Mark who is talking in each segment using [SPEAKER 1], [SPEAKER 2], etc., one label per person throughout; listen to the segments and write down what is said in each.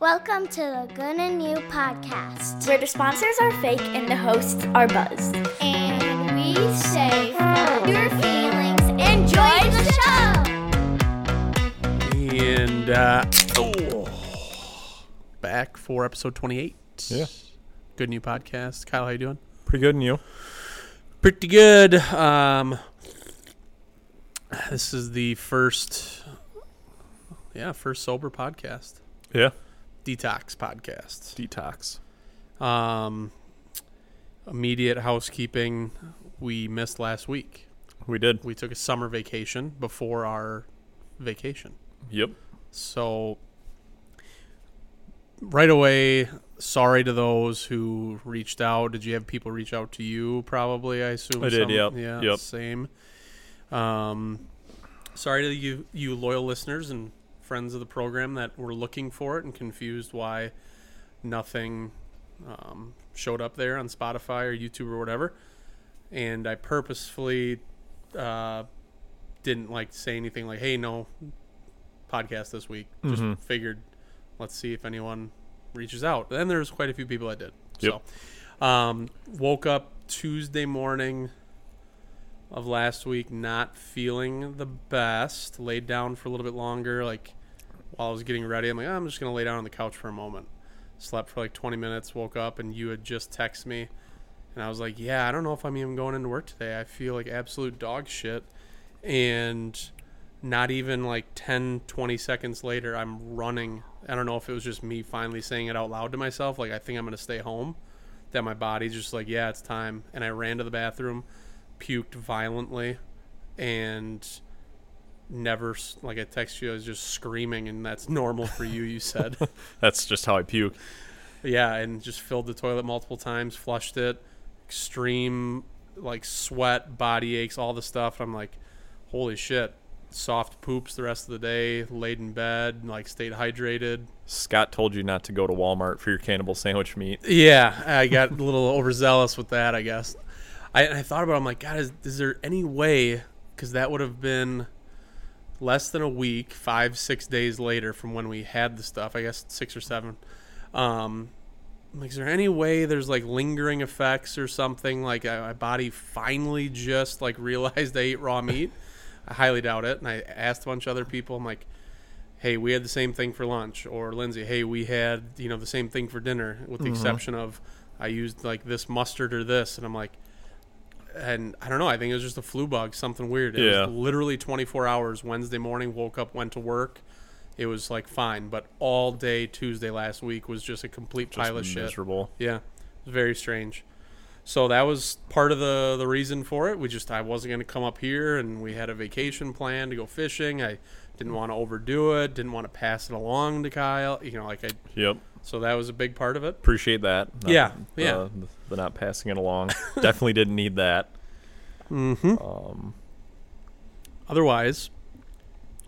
[SPEAKER 1] Welcome to the Good and New podcast.
[SPEAKER 2] where the sponsors are fake and the hosts are buzzed.
[SPEAKER 1] And we say for your feelings, enjoy the show.
[SPEAKER 3] And uh, oh, back for episode 28.
[SPEAKER 4] Yeah.
[SPEAKER 3] Good new podcast. Kyle, how you doing?
[SPEAKER 4] Pretty good, and you?
[SPEAKER 3] Pretty good. Um, this is the first, yeah, first sober podcast,
[SPEAKER 4] Yeah.
[SPEAKER 3] detox podcast.
[SPEAKER 4] Detox.
[SPEAKER 3] Um, immediate housekeeping. We missed last week.
[SPEAKER 4] We did.
[SPEAKER 3] We took a summer vacation before our vacation.
[SPEAKER 4] Yep.
[SPEAKER 3] So, right away, sorry to those who reached out. Did you have people reach out to you? Probably, I assume.
[SPEAKER 4] I did,
[SPEAKER 3] some-
[SPEAKER 4] yep,
[SPEAKER 3] Yeah.
[SPEAKER 4] yep.
[SPEAKER 3] Same. Um, sorry to you, you loyal listeners and friends of the program that were looking for it and confused why nothing um, showed up there on Spotify or YouTube or whatever. And I purposefully uh, didn't like say anything like, "Hey, no podcast this week." Just figured, let's see if anyone reaches out. And there's quite a few people that did.
[SPEAKER 4] Yep.
[SPEAKER 3] So, um, woke up Tuesday morning of last week not feeling the best. Laid down for a little bit longer. Like while I was getting ready, I'm like, "Oh, I'm just gonna lay down on the couch for a moment. Slept for like 20 minutes. Woke up and you had just texted me, and I was like, Yeah, I don't know if I'm even going into work today. I feel like absolute dog shit. And not even like 10, 20 seconds later, I'm running. I don't know if it was just me finally saying it out loud to myself, like I think I'm gonna stay home. That my body's just like, yeah, it's time. And I ran to the bathroom, puked violently, and never s- like I text you. I was just screaming, and that's normal for you. You said,
[SPEAKER 4] That's just how I puke.
[SPEAKER 3] yeah, and just filled the toilet multiple times, flushed it, extreme like sweat, body aches, all the stuff. I'm like, holy shit. Soft poops the rest of the day, laid in bed, like stayed hydrated,
[SPEAKER 4] Scott told you not to go to Walmart for your cannibal sandwich meat.
[SPEAKER 3] Yeah, I got a little overzealous with that, I guess. I, I thought about it, I'm like, God, is, is there any way? Because that would have been less than a week, five, six days later from when we had the stuff, I guess six or seven. Um, I'm like, is there any way there's like lingering effects or something? Like, I, my body finally just like realized I ate raw meat? I highly doubt it. And I asked a bunch of other people, I'm like, hey, we had the same thing for lunch, or Lindsay, hey, we had you know the same thing for dinner, with the exception of I used like this mustard or this, and I'm like, and I don't know, I think it was just a flu bug, something weird. It
[SPEAKER 4] Yeah.
[SPEAKER 3] was literally 24 hours. Wednesday morning, woke up, went to work. It was like fine, but all day Tuesday last week was just a complete
[SPEAKER 4] Just
[SPEAKER 3] pile of shit.
[SPEAKER 4] miserable.
[SPEAKER 3] Yeah, it was very strange. So that was part of the the reason for it. We just I wasn't going to come up here, and we had a vacation plan to go fishing. I didn't want to overdo it. Didn't want to pass it along to Kyle. You know, like I.
[SPEAKER 4] Yep.
[SPEAKER 3] So that was a big part of it.
[SPEAKER 4] Appreciate that. Not-
[SPEAKER 3] Yeah,
[SPEAKER 4] uh,
[SPEAKER 3] yeah.
[SPEAKER 4] The not passing it along. Definitely didn't need that.
[SPEAKER 3] Otherwise,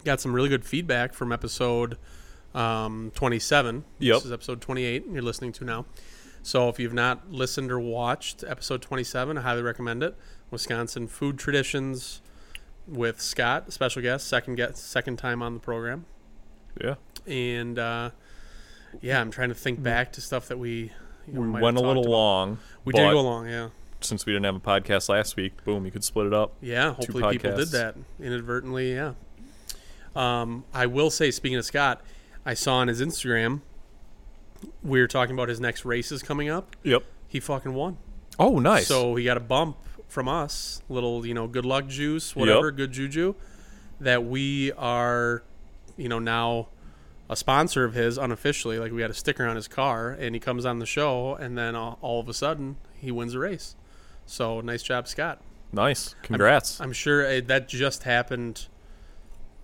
[SPEAKER 3] got some really good feedback from episode um, 27.
[SPEAKER 4] Yep.
[SPEAKER 3] This is episode 28 you're listening to now. So if you've not listened or watched episode 27, I highly recommend it. Wisconsin Food Traditions with Scott, special guest, second guest, second time on the program.
[SPEAKER 4] Yeah.
[SPEAKER 3] And uh, yeah, I'm trying to think back to stuff that we you know,
[SPEAKER 4] Mm. We
[SPEAKER 3] might have
[SPEAKER 4] went a
[SPEAKER 3] talked
[SPEAKER 4] little
[SPEAKER 3] about.
[SPEAKER 4] long.
[SPEAKER 3] We did go
[SPEAKER 4] but
[SPEAKER 3] along, yeah.
[SPEAKER 4] Since we didn't have a podcast last week, boom, you could split it up.
[SPEAKER 3] Yeah, hopefully people did
[SPEAKER 4] podcasts.
[SPEAKER 3] that inadvertently. Yeah. Um, I will say, speaking of Scott, I saw on his Instagram we were talking about his next races coming up.
[SPEAKER 4] Yep.
[SPEAKER 3] He fucking won.
[SPEAKER 4] Oh, nice.
[SPEAKER 3] So he got a bump from us, little you know, good luck juice, whatever,
[SPEAKER 4] Yep.
[SPEAKER 3] good juju, that we are, you know, now a sponsor of his unofficially. Like we had a sticker on his car, and he comes on the show, and then all, all of a sudden he wins a race. So nice job, Scott.
[SPEAKER 4] nice. Congrats.
[SPEAKER 3] I'm sure uh that just happened.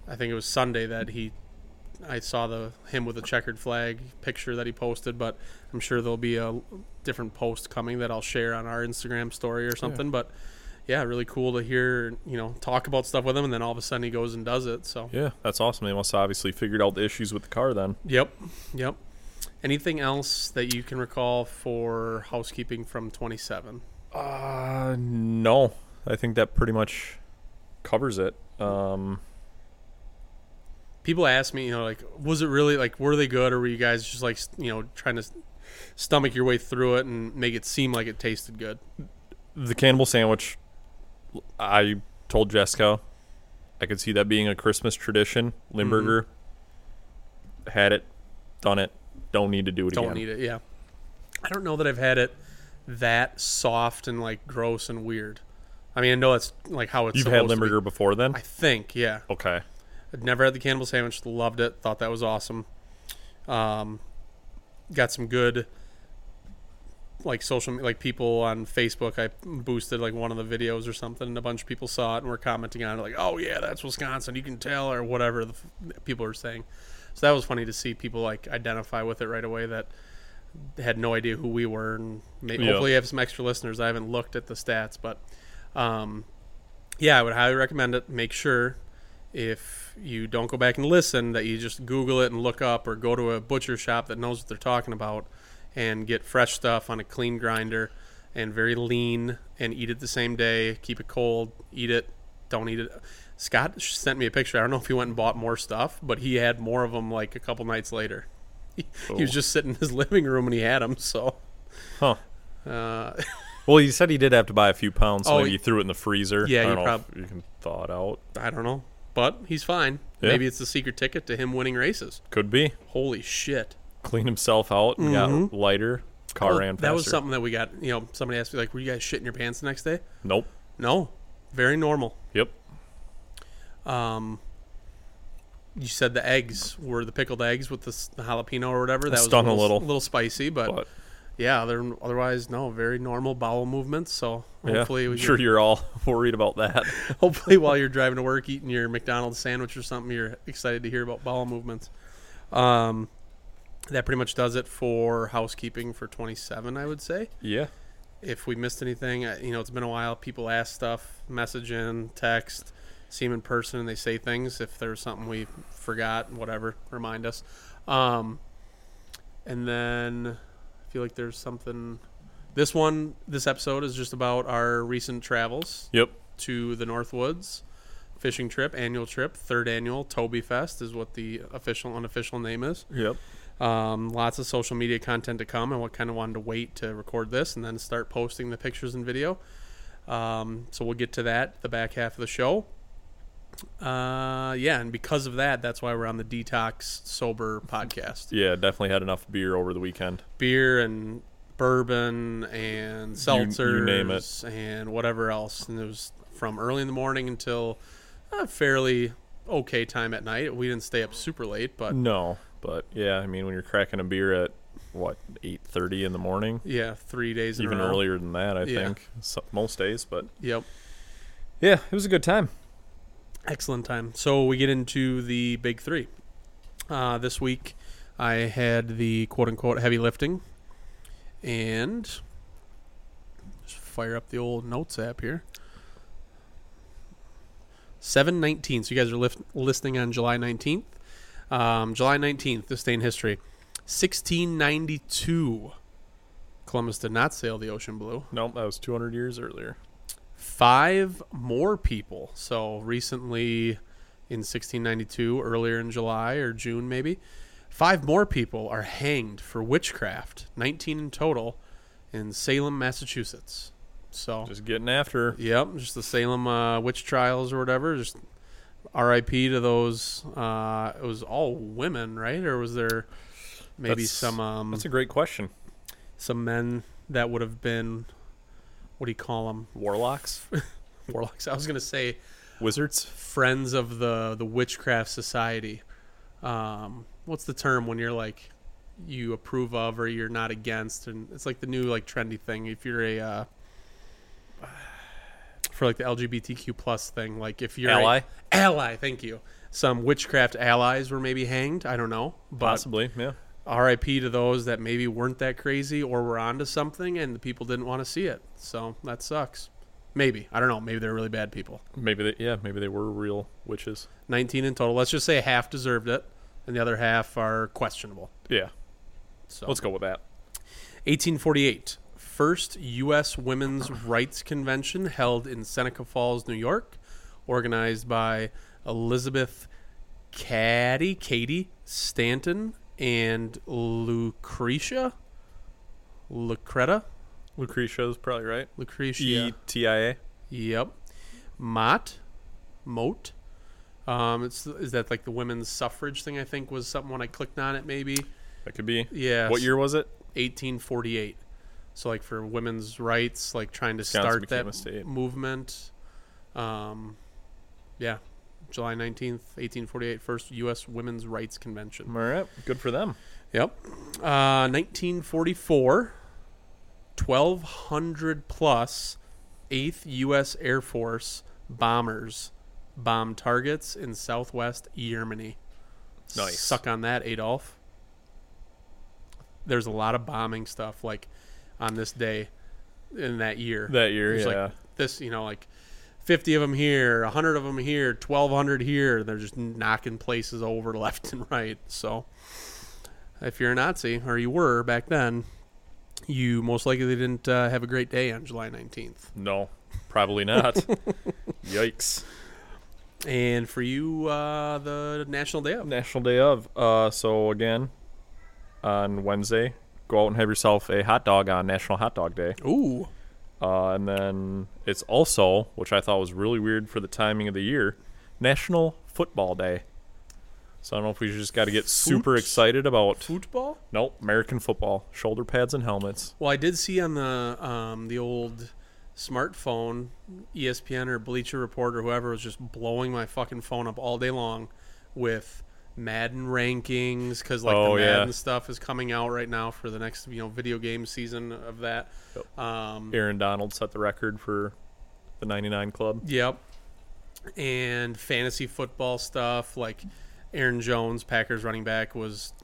[SPEAKER 3] I think it was Sunday that he. I saw the him with a checkered flag picture that he posted, but I'm sure there'll be a different post coming that I'll share on our Instagram story or something. But yeah, really cool to hear you know talk about stuff with him, and then all of a sudden he goes and does it. So
[SPEAKER 4] yeah, that's awesome. They must have obviously figured out the issues with the car then.
[SPEAKER 3] yep, yep. Anything else that you can recall for housekeeping from 27?
[SPEAKER 4] Uh, no. I think that pretty much covers it. Um,
[SPEAKER 3] people ask me, you know, like, was it really like, were they good, or were you guys just like, s- you know, trying to s- stomach your way through it and make it seem like it tasted good?
[SPEAKER 4] the cannibal sandwich i told jessica i could see that being a christmas tradition limburger had it done it don't need to do it
[SPEAKER 3] Mm-hmm. Don't
[SPEAKER 4] again
[SPEAKER 3] need it. Yeah, I don't know that I've had it that soft and like gross and weird. I mean, I know it's like how it's.
[SPEAKER 4] you've had
[SPEAKER 3] supposed to be.
[SPEAKER 4] limburger before then
[SPEAKER 3] I think, yeah.
[SPEAKER 4] okay
[SPEAKER 3] I'd never had the cannibal sandwich. Loved it. Thought that was awesome. Um, got some good, like social, me- like people on Facebook. I boosted like one of the videos or something, and a bunch of people saw it and were commenting on it, like, "Oh yeah, that's Wisconsin. You can tell," or whatever the f- people are saying. So that was funny to see people like identify with it right away. That had no idea who we were, and may-
[SPEAKER 4] Yeah.
[SPEAKER 3] hopefully have some extra listeners. I haven't looked at the stats, but um, yeah, I would highly recommend it. Make sure if you don't go back and listen that you just google it and look up or go to a butcher shop that knows what they're talking about and get fresh stuff on a clean grinder and very lean and eat it the same day keep it cold eat it don't eat it scott sent me a picture i don't know if he went and bought more stuff but he had more of them like a couple nights later he, he was
[SPEAKER 4] Oh.
[SPEAKER 3] just sitting in his living room and he had them so
[SPEAKER 4] huh
[SPEAKER 3] uh,
[SPEAKER 4] well you said he did have to buy a few pounds so
[SPEAKER 3] Oh,
[SPEAKER 4] maybe
[SPEAKER 3] he-
[SPEAKER 4] you threw it in the freezer
[SPEAKER 3] Yeah,
[SPEAKER 4] i don't
[SPEAKER 3] you
[SPEAKER 4] know if you can thaw it out
[SPEAKER 3] i don't know but he's fine
[SPEAKER 4] Yeah.
[SPEAKER 3] maybe it's the secret ticket to him winning races
[SPEAKER 4] could be
[SPEAKER 3] holy shit
[SPEAKER 4] cleaned himself out and got lighter car
[SPEAKER 3] Mm-hmm. Oh,
[SPEAKER 4] ran faster
[SPEAKER 3] That was something that we got. You know, somebody asked me like, "Were you guys shitting your pants the next day?"
[SPEAKER 4] nope
[SPEAKER 3] No, very normal.
[SPEAKER 4] yep
[SPEAKER 3] Um, you said the eggs were the pickled eggs with the, s- the jalapeno or whatever. That
[SPEAKER 4] Stung a
[SPEAKER 3] was
[SPEAKER 4] little.
[SPEAKER 3] little spicy, but,
[SPEAKER 4] but
[SPEAKER 3] yeah. Other, otherwise, no, very normal bowel movements. So hopefully,
[SPEAKER 4] yeah,
[SPEAKER 3] we
[SPEAKER 4] I'm sure
[SPEAKER 3] can-
[SPEAKER 4] you're all worried about that
[SPEAKER 3] hopefully while you're driving to work, eating your McDonald's sandwich or something, you're excited to hear about bowel movements. Um, that pretty much does it for housekeeping for 27, I would say.
[SPEAKER 4] yeah
[SPEAKER 3] if we missed anything, I- you know, it's been a while. People ask stuff, message in, text, see them in person, and they say things. If there's something we forgot, whatever, remind us. Um, and then I feel like there's something. This one, this episode is just about our recent travels
[SPEAKER 4] yep
[SPEAKER 3] to the Northwoods fishing trip, annual trip, third annual Toby Fest is what the official, unofficial name is.
[SPEAKER 4] yep
[SPEAKER 3] Um, lots of social media content to come, and what kind of wanted to wait to record this and then start posting the pictures and video. Um, so we'll get to that the back half of the show. Uh, yeah, and because of that, that's why we're on the detox sober podcast.
[SPEAKER 4] yeah definitely had enough beer over the weekend
[SPEAKER 3] Beer and bourbon and
[SPEAKER 4] You-
[SPEAKER 3] seltzers
[SPEAKER 4] you name it.
[SPEAKER 3] and whatever else, and it was from early in the morning until a fairly okay time at night. We didn't stay up super late, but
[SPEAKER 4] No, but yeah, I mean, when you're cracking a beer at what eight thirty in the morning,
[SPEAKER 3] yeah, three days in a
[SPEAKER 4] even
[SPEAKER 3] row.
[SPEAKER 4] earlier than that, I
[SPEAKER 3] Yeah.
[SPEAKER 4] think so, most days. But
[SPEAKER 3] Yep.
[SPEAKER 4] yeah, it was a good time.
[SPEAKER 3] Excellent time. So we get into the big three. Uh, this week, I had the quote unquote heavy lifting, and just fire up the old notes app here. Seven nineteen. So you guys are lif- listening on July nineteenth. Um, July nineteenth. This day in history, sixteen ninety two. Columbus did not sail the ocean blue
[SPEAKER 4] Nope, that was two hundred years earlier.
[SPEAKER 3] five more people. So recently in 1692, earlier in July or June maybe, five more people are hanged for witchcraft, 19 in total, in Salem, Massachusetts. So,
[SPEAKER 4] Just getting after.
[SPEAKER 3] yep, just the Salem uh, witch trials or whatever. Just RIP to those. Uh, it was all women, right? Or was there maybe
[SPEAKER 4] That's-
[SPEAKER 3] some um,
[SPEAKER 4] That's a great question.
[SPEAKER 3] some men that would have been what do you call them?
[SPEAKER 4] Warlocks,
[SPEAKER 3] Warlocks. I was gonna say
[SPEAKER 4] wizards.
[SPEAKER 3] friends of the the witchcraft society. Um, what's the term when you're like you approve of or you're not against, and it's like the new like trendy thing. If you're a uh, for like the LGBTQ plus thing, like if you're a-
[SPEAKER 4] Ally?
[SPEAKER 3] ally, thank you. Some witchcraft allies were maybe hanged. I don't know, but
[SPEAKER 4] Possibly, yeah.
[SPEAKER 3] R.I.P. to those that maybe weren't that crazy or were onto something, and the people didn't want to see it. So that sucks. Maybe I don't know. Maybe they're really bad people.
[SPEAKER 4] Maybe they, yeah, maybe they were real witches.
[SPEAKER 3] 19 in total. Let's just say half deserved it, and the other half are questionable.
[SPEAKER 4] Yeah,
[SPEAKER 3] So
[SPEAKER 4] let's go with that.
[SPEAKER 3] 1848, first U.S. Women's Rights Convention held in Seneca Falls, New York, organized by Elizabeth Caddy, Katie, Stanton, and Lucretia. Lucretta?
[SPEAKER 4] Lucretia is probably right.
[SPEAKER 3] Lucretia.
[SPEAKER 4] E T I A.
[SPEAKER 3] Yep. Mott, Moat. Um, it's is that like the women's suffrage thing? I think was something when I clicked on it. Maybe
[SPEAKER 4] That could be.
[SPEAKER 3] yeah.
[SPEAKER 4] What year was it?
[SPEAKER 3] 1848. So like for women's rights, like trying to
[SPEAKER 4] Wisconsin
[SPEAKER 3] start
[SPEAKER 4] became
[SPEAKER 3] that
[SPEAKER 4] a state.
[SPEAKER 3] movement. Um, yeah, July 19th, 1848, first U.S. Women's Rights Convention.
[SPEAKER 4] All right. Good for them.
[SPEAKER 3] Yep. Uh, 1944, 1,200 plus 8th U.S. Air Force bombers bomb targets in southwest Germany.
[SPEAKER 4] Nice.
[SPEAKER 3] Suck on that, Adolf. There's a lot of bombing stuff, like, on this day in that year.
[SPEAKER 4] That year,
[SPEAKER 3] There's,
[SPEAKER 4] yeah.
[SPEAKER 3] Like, this, you know, like 50 of them here, 100 of them here, 1,200 here. They're just knocking places over left and right. So if you're a Nazi, or you were back then, you most likely didn't uh, have a great day on July 19th.
[SPEAKER 4] No, probably not. Yikes.
[SPEAKER 3] And for you, uh, the National Day of.
[SPEAKER 4] National Day of. Uh, so again, on Wednesday, go out and have yourself a hot dog on National Hot Dog Day.
[SPEAKER 3] Ooh.
[SPEAKER 4] Uh, and then it's also, which I thought was really weird for the timing of the year, National Football Day. So I don't know if we just got to get super
[SPEAKER 3] Foot-
[SPEAKER 4] excited about.
[SPEAKER 3] Football?
[SPEAKER 4] Nope, American football, shoulder pads and helmets.
[SPEAKER 3] Well, I did see on the um, the old smartphone, E ESPN or Bleacher Report or whoever was just blowing my fucking phone up all day long with Madden rankings because like
[SPEAKER 4] Oh,
[SPEAKER 3] the
[SPEAKER 4] yeah.
[SPEAKER 3] Madden stuff is coming out right now for the next you know video game season of that. Um,
[SPEAKER 4] Aaron Donald set the record for the 99 club.
[SPEAKER 3] Yep. And fantasy football stuff like Aaron Jones, Packers running back, was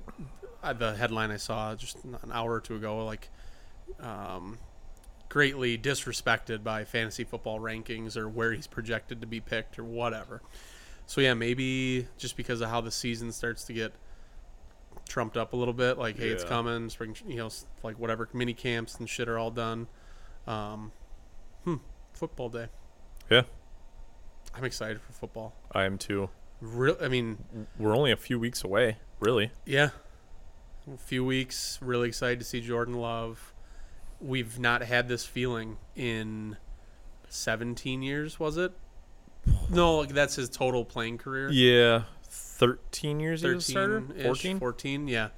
[SPEAKER 3] uh, the headline I saw just an hour or two ago. Like, um, greatly disrespected by fantasy football rankings or where he's projected to be picked or whatever. So yeah, maybe just because of how the season starts to get trumped up a little bit, like hey, it's
[SPEAKER 4] Yeah.
[SPEAKER 3] coming, spring, you know, s- like whatever mini camps and shit are all done. Um, hmm, football day.
[SPEAKER 4] Yeah,
[SPEAKER 3] I'm excited for football.
[SPEAKER 4] I am too.
[SPEAKER 3] Real, I mean,
[SPEAKER 4] We're only a few weeks away, really.
[SPEAKER 3] yeah. A few weeks, really excited to see Jordan Love. We've not had this feeling in 17 years, was it? No, like that's his total playing career.
[SPEAKER 4] Yeah, 13 years as a starter?
[SPEAKER 3] 13
[SPEAKER 4] 14?
[SPEAKER 3] 14, yeah.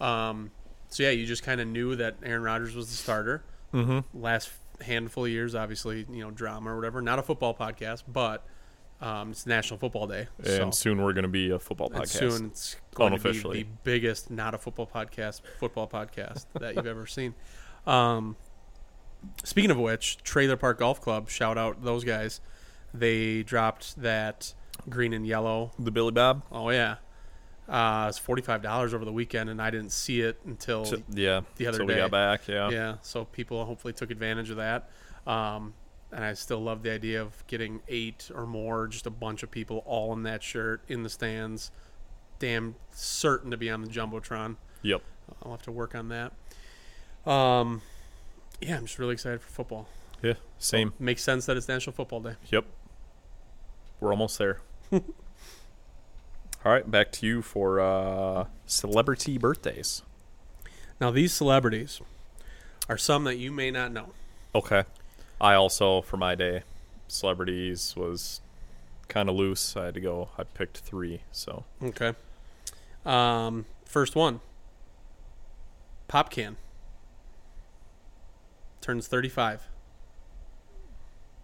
[SPEAKER 3] Um, so yeah, you just kind of knew that Aaron Rodgers was the starter. Mm-hmm. Last handful of years, obviously, you know, drama or whatever. Not a football podcast, but um, it's National Football Day. so.
[SPEAKER 4] And soon we're going to be a football
[SPEAKER 3] And
[SPEAKER 4] podcast.
[SPEAKER 3] soon it's going
[SPEAKER 4] Unofficially.
[SPEAKER 3] to be the biggest not a football podcast football podcast that you've ever seen. Um, speaking of which, Trailer Park Golf Club, shout out those guys. They dropped that green and yellow.
[SPEAKER 4] The Billy Bob?
[SPEAKER 3] Oh yeah, uh, it's forty five dollars over the weekend, and I didn't see it until
[SPEAKER 4] T- yeah.
[SPEAKER 3] the other
[SPEAKER 4] so
[SPEAKER 3] day.
[SPEAKER 4] we got back, yeah.
[SPEAKER 3] yeah, so people hopefully took advantage of that. Um, and I still love the idea of getting eight or more, just a bunch of people all in that shirt in the stands. Damn certain to be on the Jumbotron.
[SPEAKER 4] Yep.
[SPEAKER 3] I'll have to work on that. Um, yeah, I'm just really excited for football.
[SPEAKER 4] Yeah, same.
[SPEAKER 3] Makes sense that it's National Football Day.
[SPEAKER 4] Yep. We're almost there. All right, back to you for uh, celebrity birthdays.
[SPEAKER 3] Now, these celebrities are some that you may not know.
[SPEAKER 4] Okay. I also, for my day, celebrities was kind of loose. I had to go. I picked three. So
[SPEAKER 3] Okay. Um, first one. Pop can. Turns thirty-five.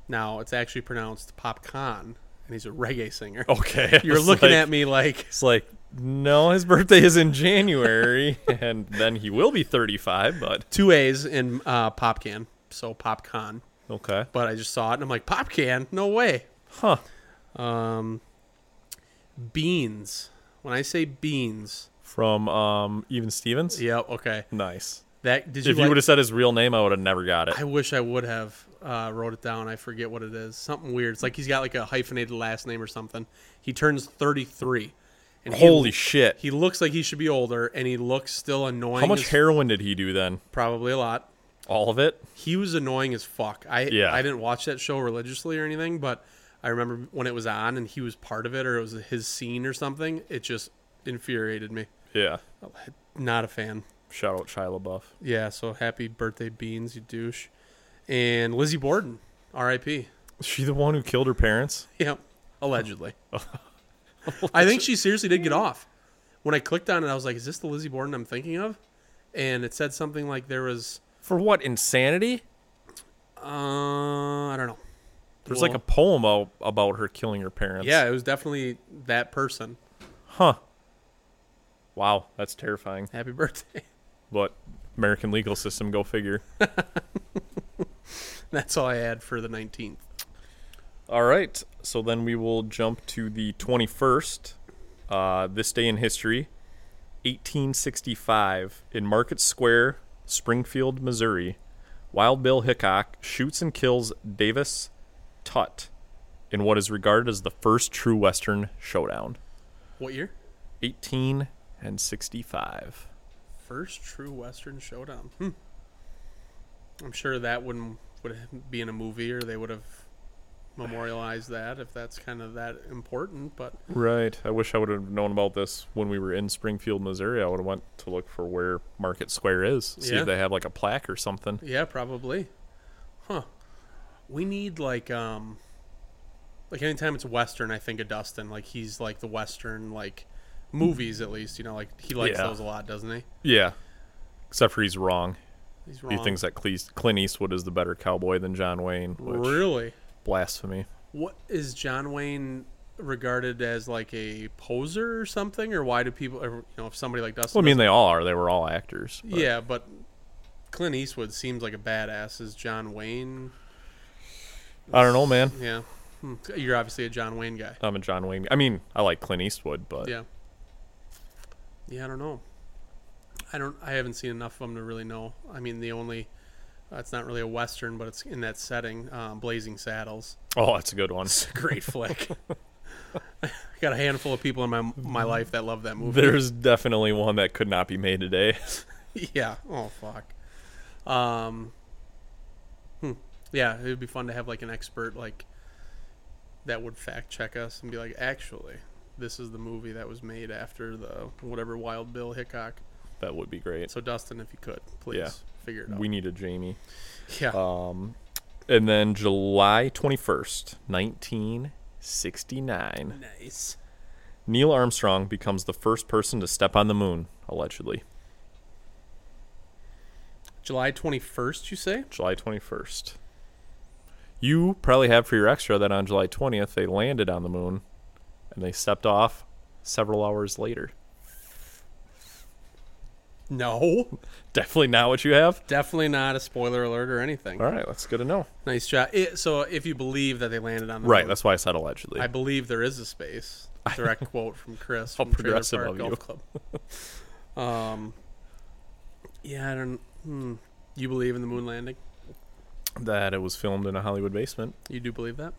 [SPEAKER 3] Now it's actually pronounced Pop Con, and he's a reggae singer.
[SPEAKER 4] okay, I
[SPEAKER 3] You're
[SPEAKER 4] was
[SPEAKER 3] looking
[SPEAKER 4] Oh, like-
[SPEAKER 3] at me like
[SPEAKER 4] It's like no, his birthday is in January, and then he will be 35. But
[SPEAKER 3] two A's in uh, Pop Can, so Pop Con.
[SPEAKER 4] okay,
[SPEAKER 3] But I just saw it, and I'm like, Pop Can? No way.
[SPEAKER 4] huh?
[SPEAKER 3] Um, beans. When I say beans,
[SPEAKER 4] From um, even Stevens.
[SPEAKER 3] yeah, okay.
[SPEAKER 4] Nice.
[SPEAKER 3] That did you?
[SPEAKER 4] If you
[SPEAKER 3] like-
[SPEAKER 4] would have said his real name, I would have never got it.
[SPEAKER 3] I wish I would have uh, wrote it down. I forget what it is. Something weird. It's like he's got like a hyphenated last name or something. He turns 33. And he-
[SPEAKER 4] Holy shit!
[SPEAKER 3] He looks like he should be older, and he looks still annoying.
[SPEAKER 4] How much
[SPEAKER 3] as-
[SPEAKER 4] heroin did he do then?
[SPEAKER 3] Probably a lot.
[SPEAKER 4] All of it?
[SPEAKER 3] He was annoying as fuck. I
[SPEAKER 4] Yeah.
[SPEAKER 3] I didn't watch that show religiously or anything, but I remember when it was on and he was part of it or it was his scene or something. It just infuriated me.
[SPEAKER 4] Yeah.
[SPEAKER 3] Not a fan.
[SPEAKER 4] Shout out Shia LaBeouf.
[SPEAKER 3] Yeah, so happy birthday, Beans, you douche. And Lizzie Borden, R.I.P.
[SPEAKER 4] Is she the one who killed her parents?
[SPEAKER 3] Yeah, allegedly. I think she seriously did get off. When I clicked on it, I was like, "Is this the Lizzie Borden I'm thinking of?" And it said something like there was,
[SPEAKER 4] For what? Insanity?
[SPEAKER 3] uh, I don't know.
[SPEAKER 4] There's like
[SPEAKER 3] Well-
[SPEAKER 4] a poem out about her killing her parents.
[SPEAKER 3] Yeah, it was definitely that person.
[SPEAKER 4] Huh. Wow, that's terrifying.
[SPEAKER 3] Happy birthday.
[SPEAKER 4] But American legal system, go figure.
[SPEAKER 3] That's all I had for the 19th.
[SPEAKER 4] All right. So then we will jump to the 21st. Uh, this day in history, 1865, in Market Square, Springfield, Missouri, Wild Bill Hickok shoots and kills Davis Tutt in what is regarded as the first true Western showdown.
[SPEAKER 3] What year?
[SPEAKER 4] 18 and 65.
[SPEAKER 3] First true Western showdown. Hmm. I'm sure that wouldn't would be in a movie, or they would have memorialized that if that's kind of that important. But
[SPEAKER 4] Right. I wish I would have known about this when we were in Springfield, Missouri. I would have went to look for where Market Square is, see
[SPEAKER 3] Yeah.
[SPEAKER 4] if they have like a plaque or something.
[SPEAKER 3] yeah, probably. Huh. We need like um, like anytime it's Western, I think of Dustin. Like he's like the Western like movies at least. You know, like he likes
[SPEAKER 4] Yeah.
[SPEAKER 3] those a lot, doesn't he?
[SPEAKER 4] Yeah. Except for he's wrong.
[SPEAKER 3] He's wrong.
[SPEAKER 4] He thinks that Cle- Clint Eastwood is the better cowboy than John Wayne, which
[SPEAKER 3] really.
[SPEAKER 4] blasphemy.
[SPEAKER 3] What is John Wayne regarded as like a poser or something, or why do people, or, you know, if somebody like Dustin?
[SPEAKER 4] Well, I mean, they all are. They were all actors. but-
[SPEAKER 3] yeah, but Clint Eastwood seems like a badass. Is John Wayne?
[SPEAKER 4] I don't know, man.
[SPEAKER 3] Yeah, Hmm. you're obviously a John Wayne guy.
[SPEAKER 4] I'm a John Wayne. I mean, I like Clint Eastwood, but
[SPEAKER 3] Yeah, yeah, I don't know. I don't. I haven't seen enough of them to really know. I mean, the only. Uh, it's not really a western, but it's in that setting. Um, Blazing Saddles,
[SPEAKER 4] oh, that's a good one.
[SPEAKER 3] great flick. I got a handful of people in my my life that love that movie.
[SPEAKER 4] There's definitely one that could not be made today.
[SPEAKER 3] Yeah. Oh fuck. Um. hmm. Yeah, it would be fun to have like an expert like that would fact check us and be like, actually, this is the movie that was made after the whatever Wild Bill Hickok.
[SPEAKER 4] that would be great.
[SPEAKER 3] So Dustin, if you could, please
[SPEAKER 4] Yeah.
[SPEAKER 3] figure it out.
[SPEAKER 4] We need a Jamie.
[SPEAKER 3] yeah.
[SPEAKER 4] Um, and then July 21st, 1969,
[SPEAKER 3] nice.
[SPEAKER 4] Neil Armstrong becomes the first person to step on the moon, allegedly.
[SPEAKER 3] July twenty first, you say?
[SPEAKER 4] July 21st. You probably have for your extra that on July 20th, they landed on the moon and they stepped off several hours later.
[SPEAKER 3] No.
[SPEAKER 4] Definitely not what you have.
[SPEAKER 3] Definitely not a spoiler alert or anything.
[SPEAKER 4] All right, that's good to know.
[SPEAKER 3] Nice job. It, so if you believe that they landed on the
[SPEAKER 4] Right,
[SPEAKER 3] moon,
[SPEAKER 4] that's why I said allegedly.
[SPEAKER 3] I believe there is a space. Direct quote from Chris
[SPEAKER 4] How
[SPEAKER 3] from Trailer
[SPEAKER 4] progressive
[SPEAKER 3] Park
[SPEAKER 4] of
[SPEAKER 3] Golf Club. um, yeah, I don't. Hmm. You believe in the moon landing?
[SPEAKER 4] that it was filmed in a Hollywood basement.
[SPEAKER 3] You do believe that?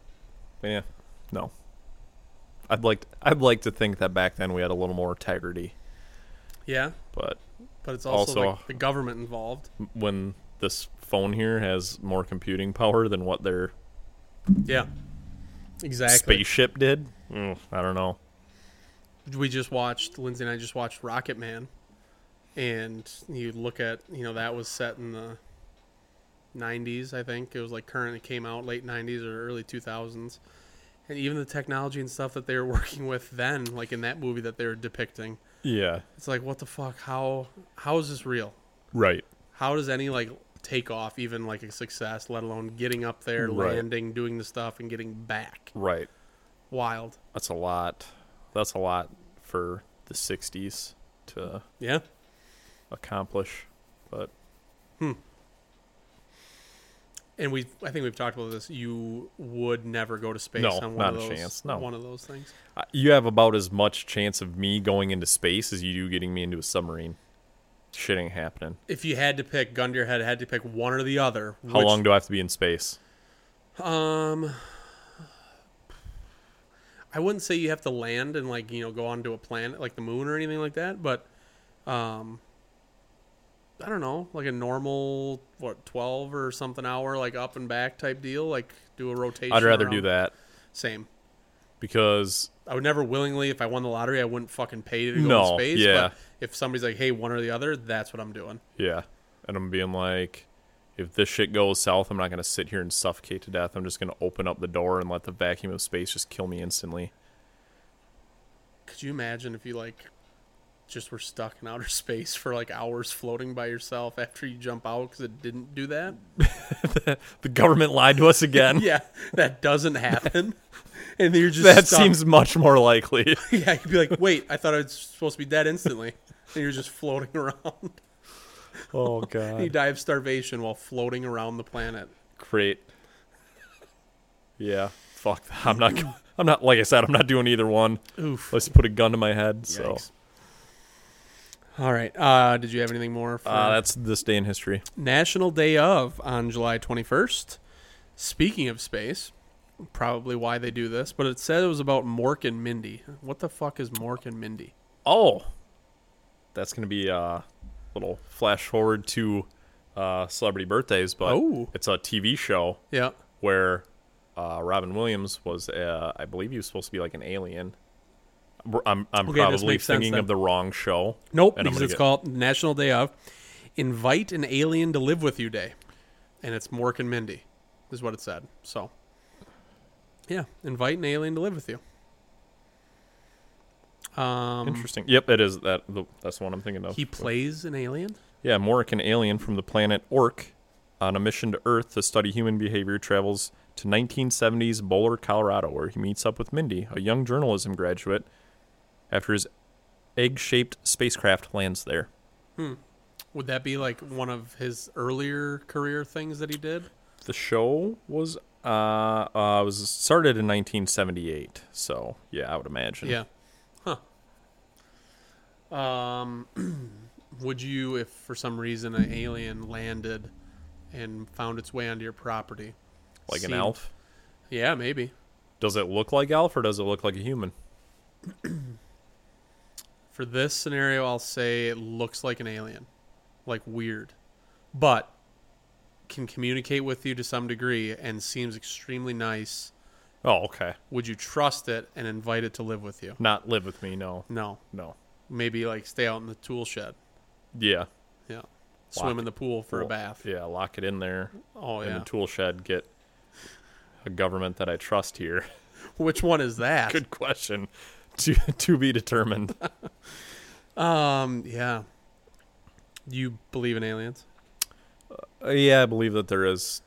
[SPEAKER 4] Yeah, no. I'd like I'd like to think that back then we had a little more integrity,
[SPEAKER 3] Yeah,
[SPEAKER 4] but
[SPEAKER 3] but it's also,
[SPEAKER 4] Also-
[SPEAKER 3] like the government involved.
[SPEAKER 4] when this phone here has more computing power than what their
[SPEAKER 3] Yeah, exactly.
[SPEAKER 4] spaceship did, mm, I don't know.
[SPEAKER 3] We just watched Lindsay and I just watched Rocket Man, and you look at you know that was set in the. 90s, I think it was like current. It came out late 90s or early 2000s, and even the technology and stuff that they were working with then, like in that movie that they were depicting,
[SPEAKER 4] Yeah,
[SPEAKER 3] It's like what the fuck? How how is this real?
[SPEAKER 4] right.
[SPEAKER 3] How does any like take off even like a success, let alone getting up there,
[SPEAKER 4] Right.
[SPEAKER 3] landing, doing the stuff, and getting back?
[SPEAKER 4] Right.
[SPEAKER 3] Wild.
[SPEAKER 4] That's a lot. That's a lot for the 60s to
[SPEAKER 3] Yeah.
[SPEAKER 4] accomplish. But
[SPEAKER 3] And we, I think we've talked about this. You would never go to space.
[SPEAKER 4] No,
[SPEAKER 3] on one
[SPEAKER 4] not
[SPEAKER 3] of
[SPEAKER 4] a
[SPEAKER 3] those,
[SPEAKER 4] chance. No.
[SPEAKER 3] one of those things.
[SPEAKER 4] uh, you have about as much chance of me going into space as you do getting me into a submarine. Shit ain't happening.
[SPEAKER 3] If you had to pick, gun to your head, had to pick one or the other.
[SPEAKER 4] How long do I have to be in space?
[SPEAKER 3] Um, I wouldn't say you have to land and like you know go onto a planet like the moon or anything like that, but um, I don't know, like a normal what twelve or something hour like up and back type deal, like do a rotation.
[SPEAKER 4] I'd rather
[SPEAKER 3] around-
[SPEAKER 4] do that.
[SPEAKER 3] Same.
[SPEAKER 4] because
[SPEAKER 3] I would never willingly, if I won the lottery, I wouldn't fucking pay to go
[SPEAKER 4] No,
[SPEAKER 3] in space.
[SPEAKER 4] yeah.
[SPEAKER 3] But if somebody's like, hey, one or the other, that's what I'm doing.
[SPEAKER 4] yeah, and I'm being like, if this shit goes south, I'm not gonna sit here and suffocate to death. I'm just gonna open up the door and let the vacuum of space just kill me instantly.
[SPEAKER 3] Could you imagine if you like just were stuck in outer space for like hours floating by yourself after you jump out because it didn't do that?
[SPEAKER 4] The government lied to us again.
[SPEAKER 3] yeah, that doesn't happen. and you're just
[SPEAKER 4] that
[SPEAKER 3] stuck.
[SPEAKER 4] seems much more likely.
[SPEAKER 3] yeah. You'd be like, wait, I thought I was supposed to be dead instantly, and you're just floating around.
[SPEAKER 4] oh
[SPEAKER 3] you
[SPEAKER 4] god,
[SPEAKER 3] die of starvation while floating around the planet.
[SPEAKER 4] great. Yeah, fuck. that. I'm not. I'm not. Like I said, I'm not doing either one.
[SPEAKER 3] Oof.
[SPEAKER 4] Let's put a gun to my head. So
[SPEAKER 3] Yikes. All right. Uh, did you have anything more? For
[SPEAKER 4] uh, that's this day in history.
[SPEAKER 3] National Day of on July 21st. Speaking of space, probably why they do this, but it said it was about Mork and Mindy. What the fuck is Mork and Mindy?
[SPEAKER 4] Oh, that's gonna be a little flash forward to uh, celebrity birthdays, but
[SPEAKER 3] Oh.
[SPEAKER 4] it's a TV show
[SPEAKER 3] Yeah.
[SPEAKER 4] where uh, Robin Williams was, uh, I believe, he was supposed to be like an alien. We're- I'm, I'm
[SPEAKER 3] Okay, this
[SPEAKER 4] probably
[SPEAKER 3] makes sense
[SPEAKER 4] thinking
[SPEAKER 3] then.
[SPEAKER 4] of the wrong show.
[SPEAKER 3] Nope,
[SPEAKER 4] and I'm
[SPEAKER 3] because
[SPEAKER 4] gonna
[SPEAKER 3] it's
[SPEAKER 4] get-
[SPEAKER 3] called National Day of Invite an Alien to Live with You Day. And it's Mork and Mindy, is what it said. So, yeah, invite an alien to live with you. Um,
[SPEAKER 4] Interesting. Yep, it is that. The, that's the one I'm thinking of.
[SPEAKER 3] he plays an alien?
[SPEAKER 4] Yeah, Morik, an alien from the planet Ork, on a mission to Earth to study human behavior, travels to 1970s Boulder, Colorado, where he meets up with Mindy, a young journalism graduate, after his egg shaped spacecraft lands there.
[SPEAKER 3] Would that be like one of his earlier career things that he did?
[SPEAKER 4] The show was. Uh, uh, was started in 1978, so yeah, I would imagine.
[SPEAKER 3] Yeah. Huh. Um, would you, if for some reason an alien landed and found its way onto your property,
[SPEAKER 4] like an
[SPEAKER 3] seem-
[SPEAKER 4] elf.
[SPEAKER 3] Yeah, maybe.
[SPEAKER 4] Does it look like elf or does it look like a human?
[SPEAKER 3] For this scenario, I'll say it looks like an alien, like weird, but can communicate with you to some degree and seems extremely nice.
[SPEAKER 4] Oh, okay.
[SPEAKER 3] Would you trust it and invite it to live with you?
[SPEAKER 4] Not live with me. No,
[SPEAKER 3] No.
[SPEAKER 4] no.
[SPEAKER 3] Maybe like stay out in the tool shed.
[SPEAKER 4] Yeah,
[SPEAKER 3] Yeah. Swim
[SPEAKER 4] Lock-
[SPEAKER 3] in the pool for
[SPEAKER 4] Well,
[SPEAKER 3] a bath.
[SPEAKER 4] Yeah, lock it in there.
[SPEAKER 3] Oh
[SPEAKER 4] in
[SPEAKER 3] yeah.
[SPEAKER 4] the tool shed get a government that I trust here?
[SPEAKER 3] Which one is that?
[SPEAKER 4] Good question. To to be determined.
[SPEAKER 3] Um, yeah. You believe in aliens?
[SPEAKER 4] Uh, yeah, I believe that there is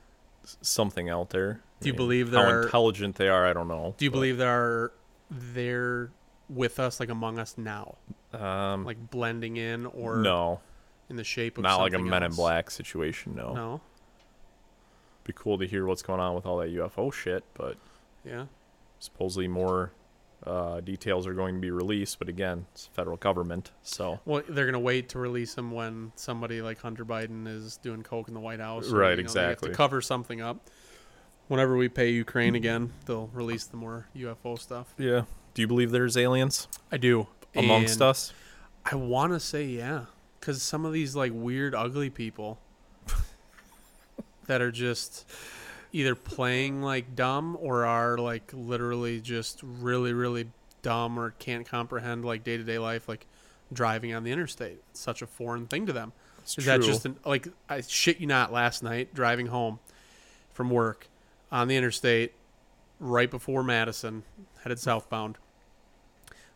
[SPEAKER 4] s- something out there.
[SPEAKER 3] Do you
[SPEAKER 4] I mean,
[SPEAKER 3] believe
[SPEAKER 4] how
[SPEAKER 3] there are-
[SPEAKER 4] intelligent they are? I don't know.
[SPEAKER 3] Do you
[SPEAKER 4] but,
[SPEAKER 3] believe there are they're with us, like among us now,
[SPEAKER 4] Um,
[SPEAKER 3] like blending in or
[SPEAKER 4] no,
[SPEAKER 3] in the shape of
[SPEAKER 4] not like a
[SPEAKER 3] something
[SPEAKER 4] Men in
[SPEAKER 3] else?
[SPEAKER 4] Black situation. No.
[SPEAKER 3] No,
[SPEAKER 4] be cool to hear what's going on with all that UFO shit, but
[SPEAKER 3] yeah,
[SPEAKER 4] supposedly more uh, details are going to be released. But again, it's federal government, so
[SPEAKER 3] Well, they're gonna wait to release them when somebody like Hunter Biden is doing coke in the White House. or,
[SPEAKER 4] Right,
[SPEAKER 3] you know, they have
[SPEAKER 4] exactly.
[SPEAKER 3] to cover something up. Whenever we pay Ukraine again, they'll release the more UFO stuff.
[SPEAKER 4] yeah. Do you believe there's aliens
[SPEAKER 3] I do
[SPEAKER 4] amongst
[SPEAKER 3] us.
[SPEAKER 4] us?
[SPEAKER 3] I want to say yeah, because some of these like weird, ugly people that are just either playing like dumb or are like literally just really, really dumb or can't comprehend like day to day life, like driving on the interstate. It's such a foreign thing to them.
[SPEAKER 4] It's
[SPEAKER 3] Is that
[SPEAKER 4] true.
[SPEAKER 3] just an, like I shit you not? Last night driving home from work on the interstate, right before Madison, headed southbound.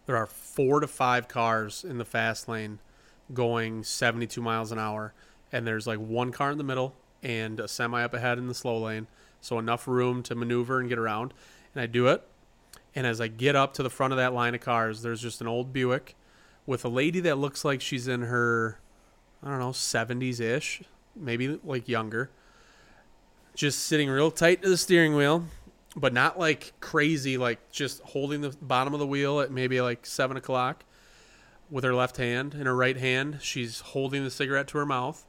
[SPEAKER 3] There are four to five cars in the fast lane, going 72 miles an hour, and there's like one car in the middle and a semi up ahead in the slow lane, so enough room to maneuver and get around. And I do it, and as I get up to the front of that line of cars, there's just an old Buick with a lady that looks like she's in her, I don't know, 70s ish, maybe like younger, just sitting real tight to the steering wheel, but not like crazy, like just holding the bottom of the wheel at maybe like seven o'clock with her left hand. In her right hand, she's holding the cigarette to her mouth.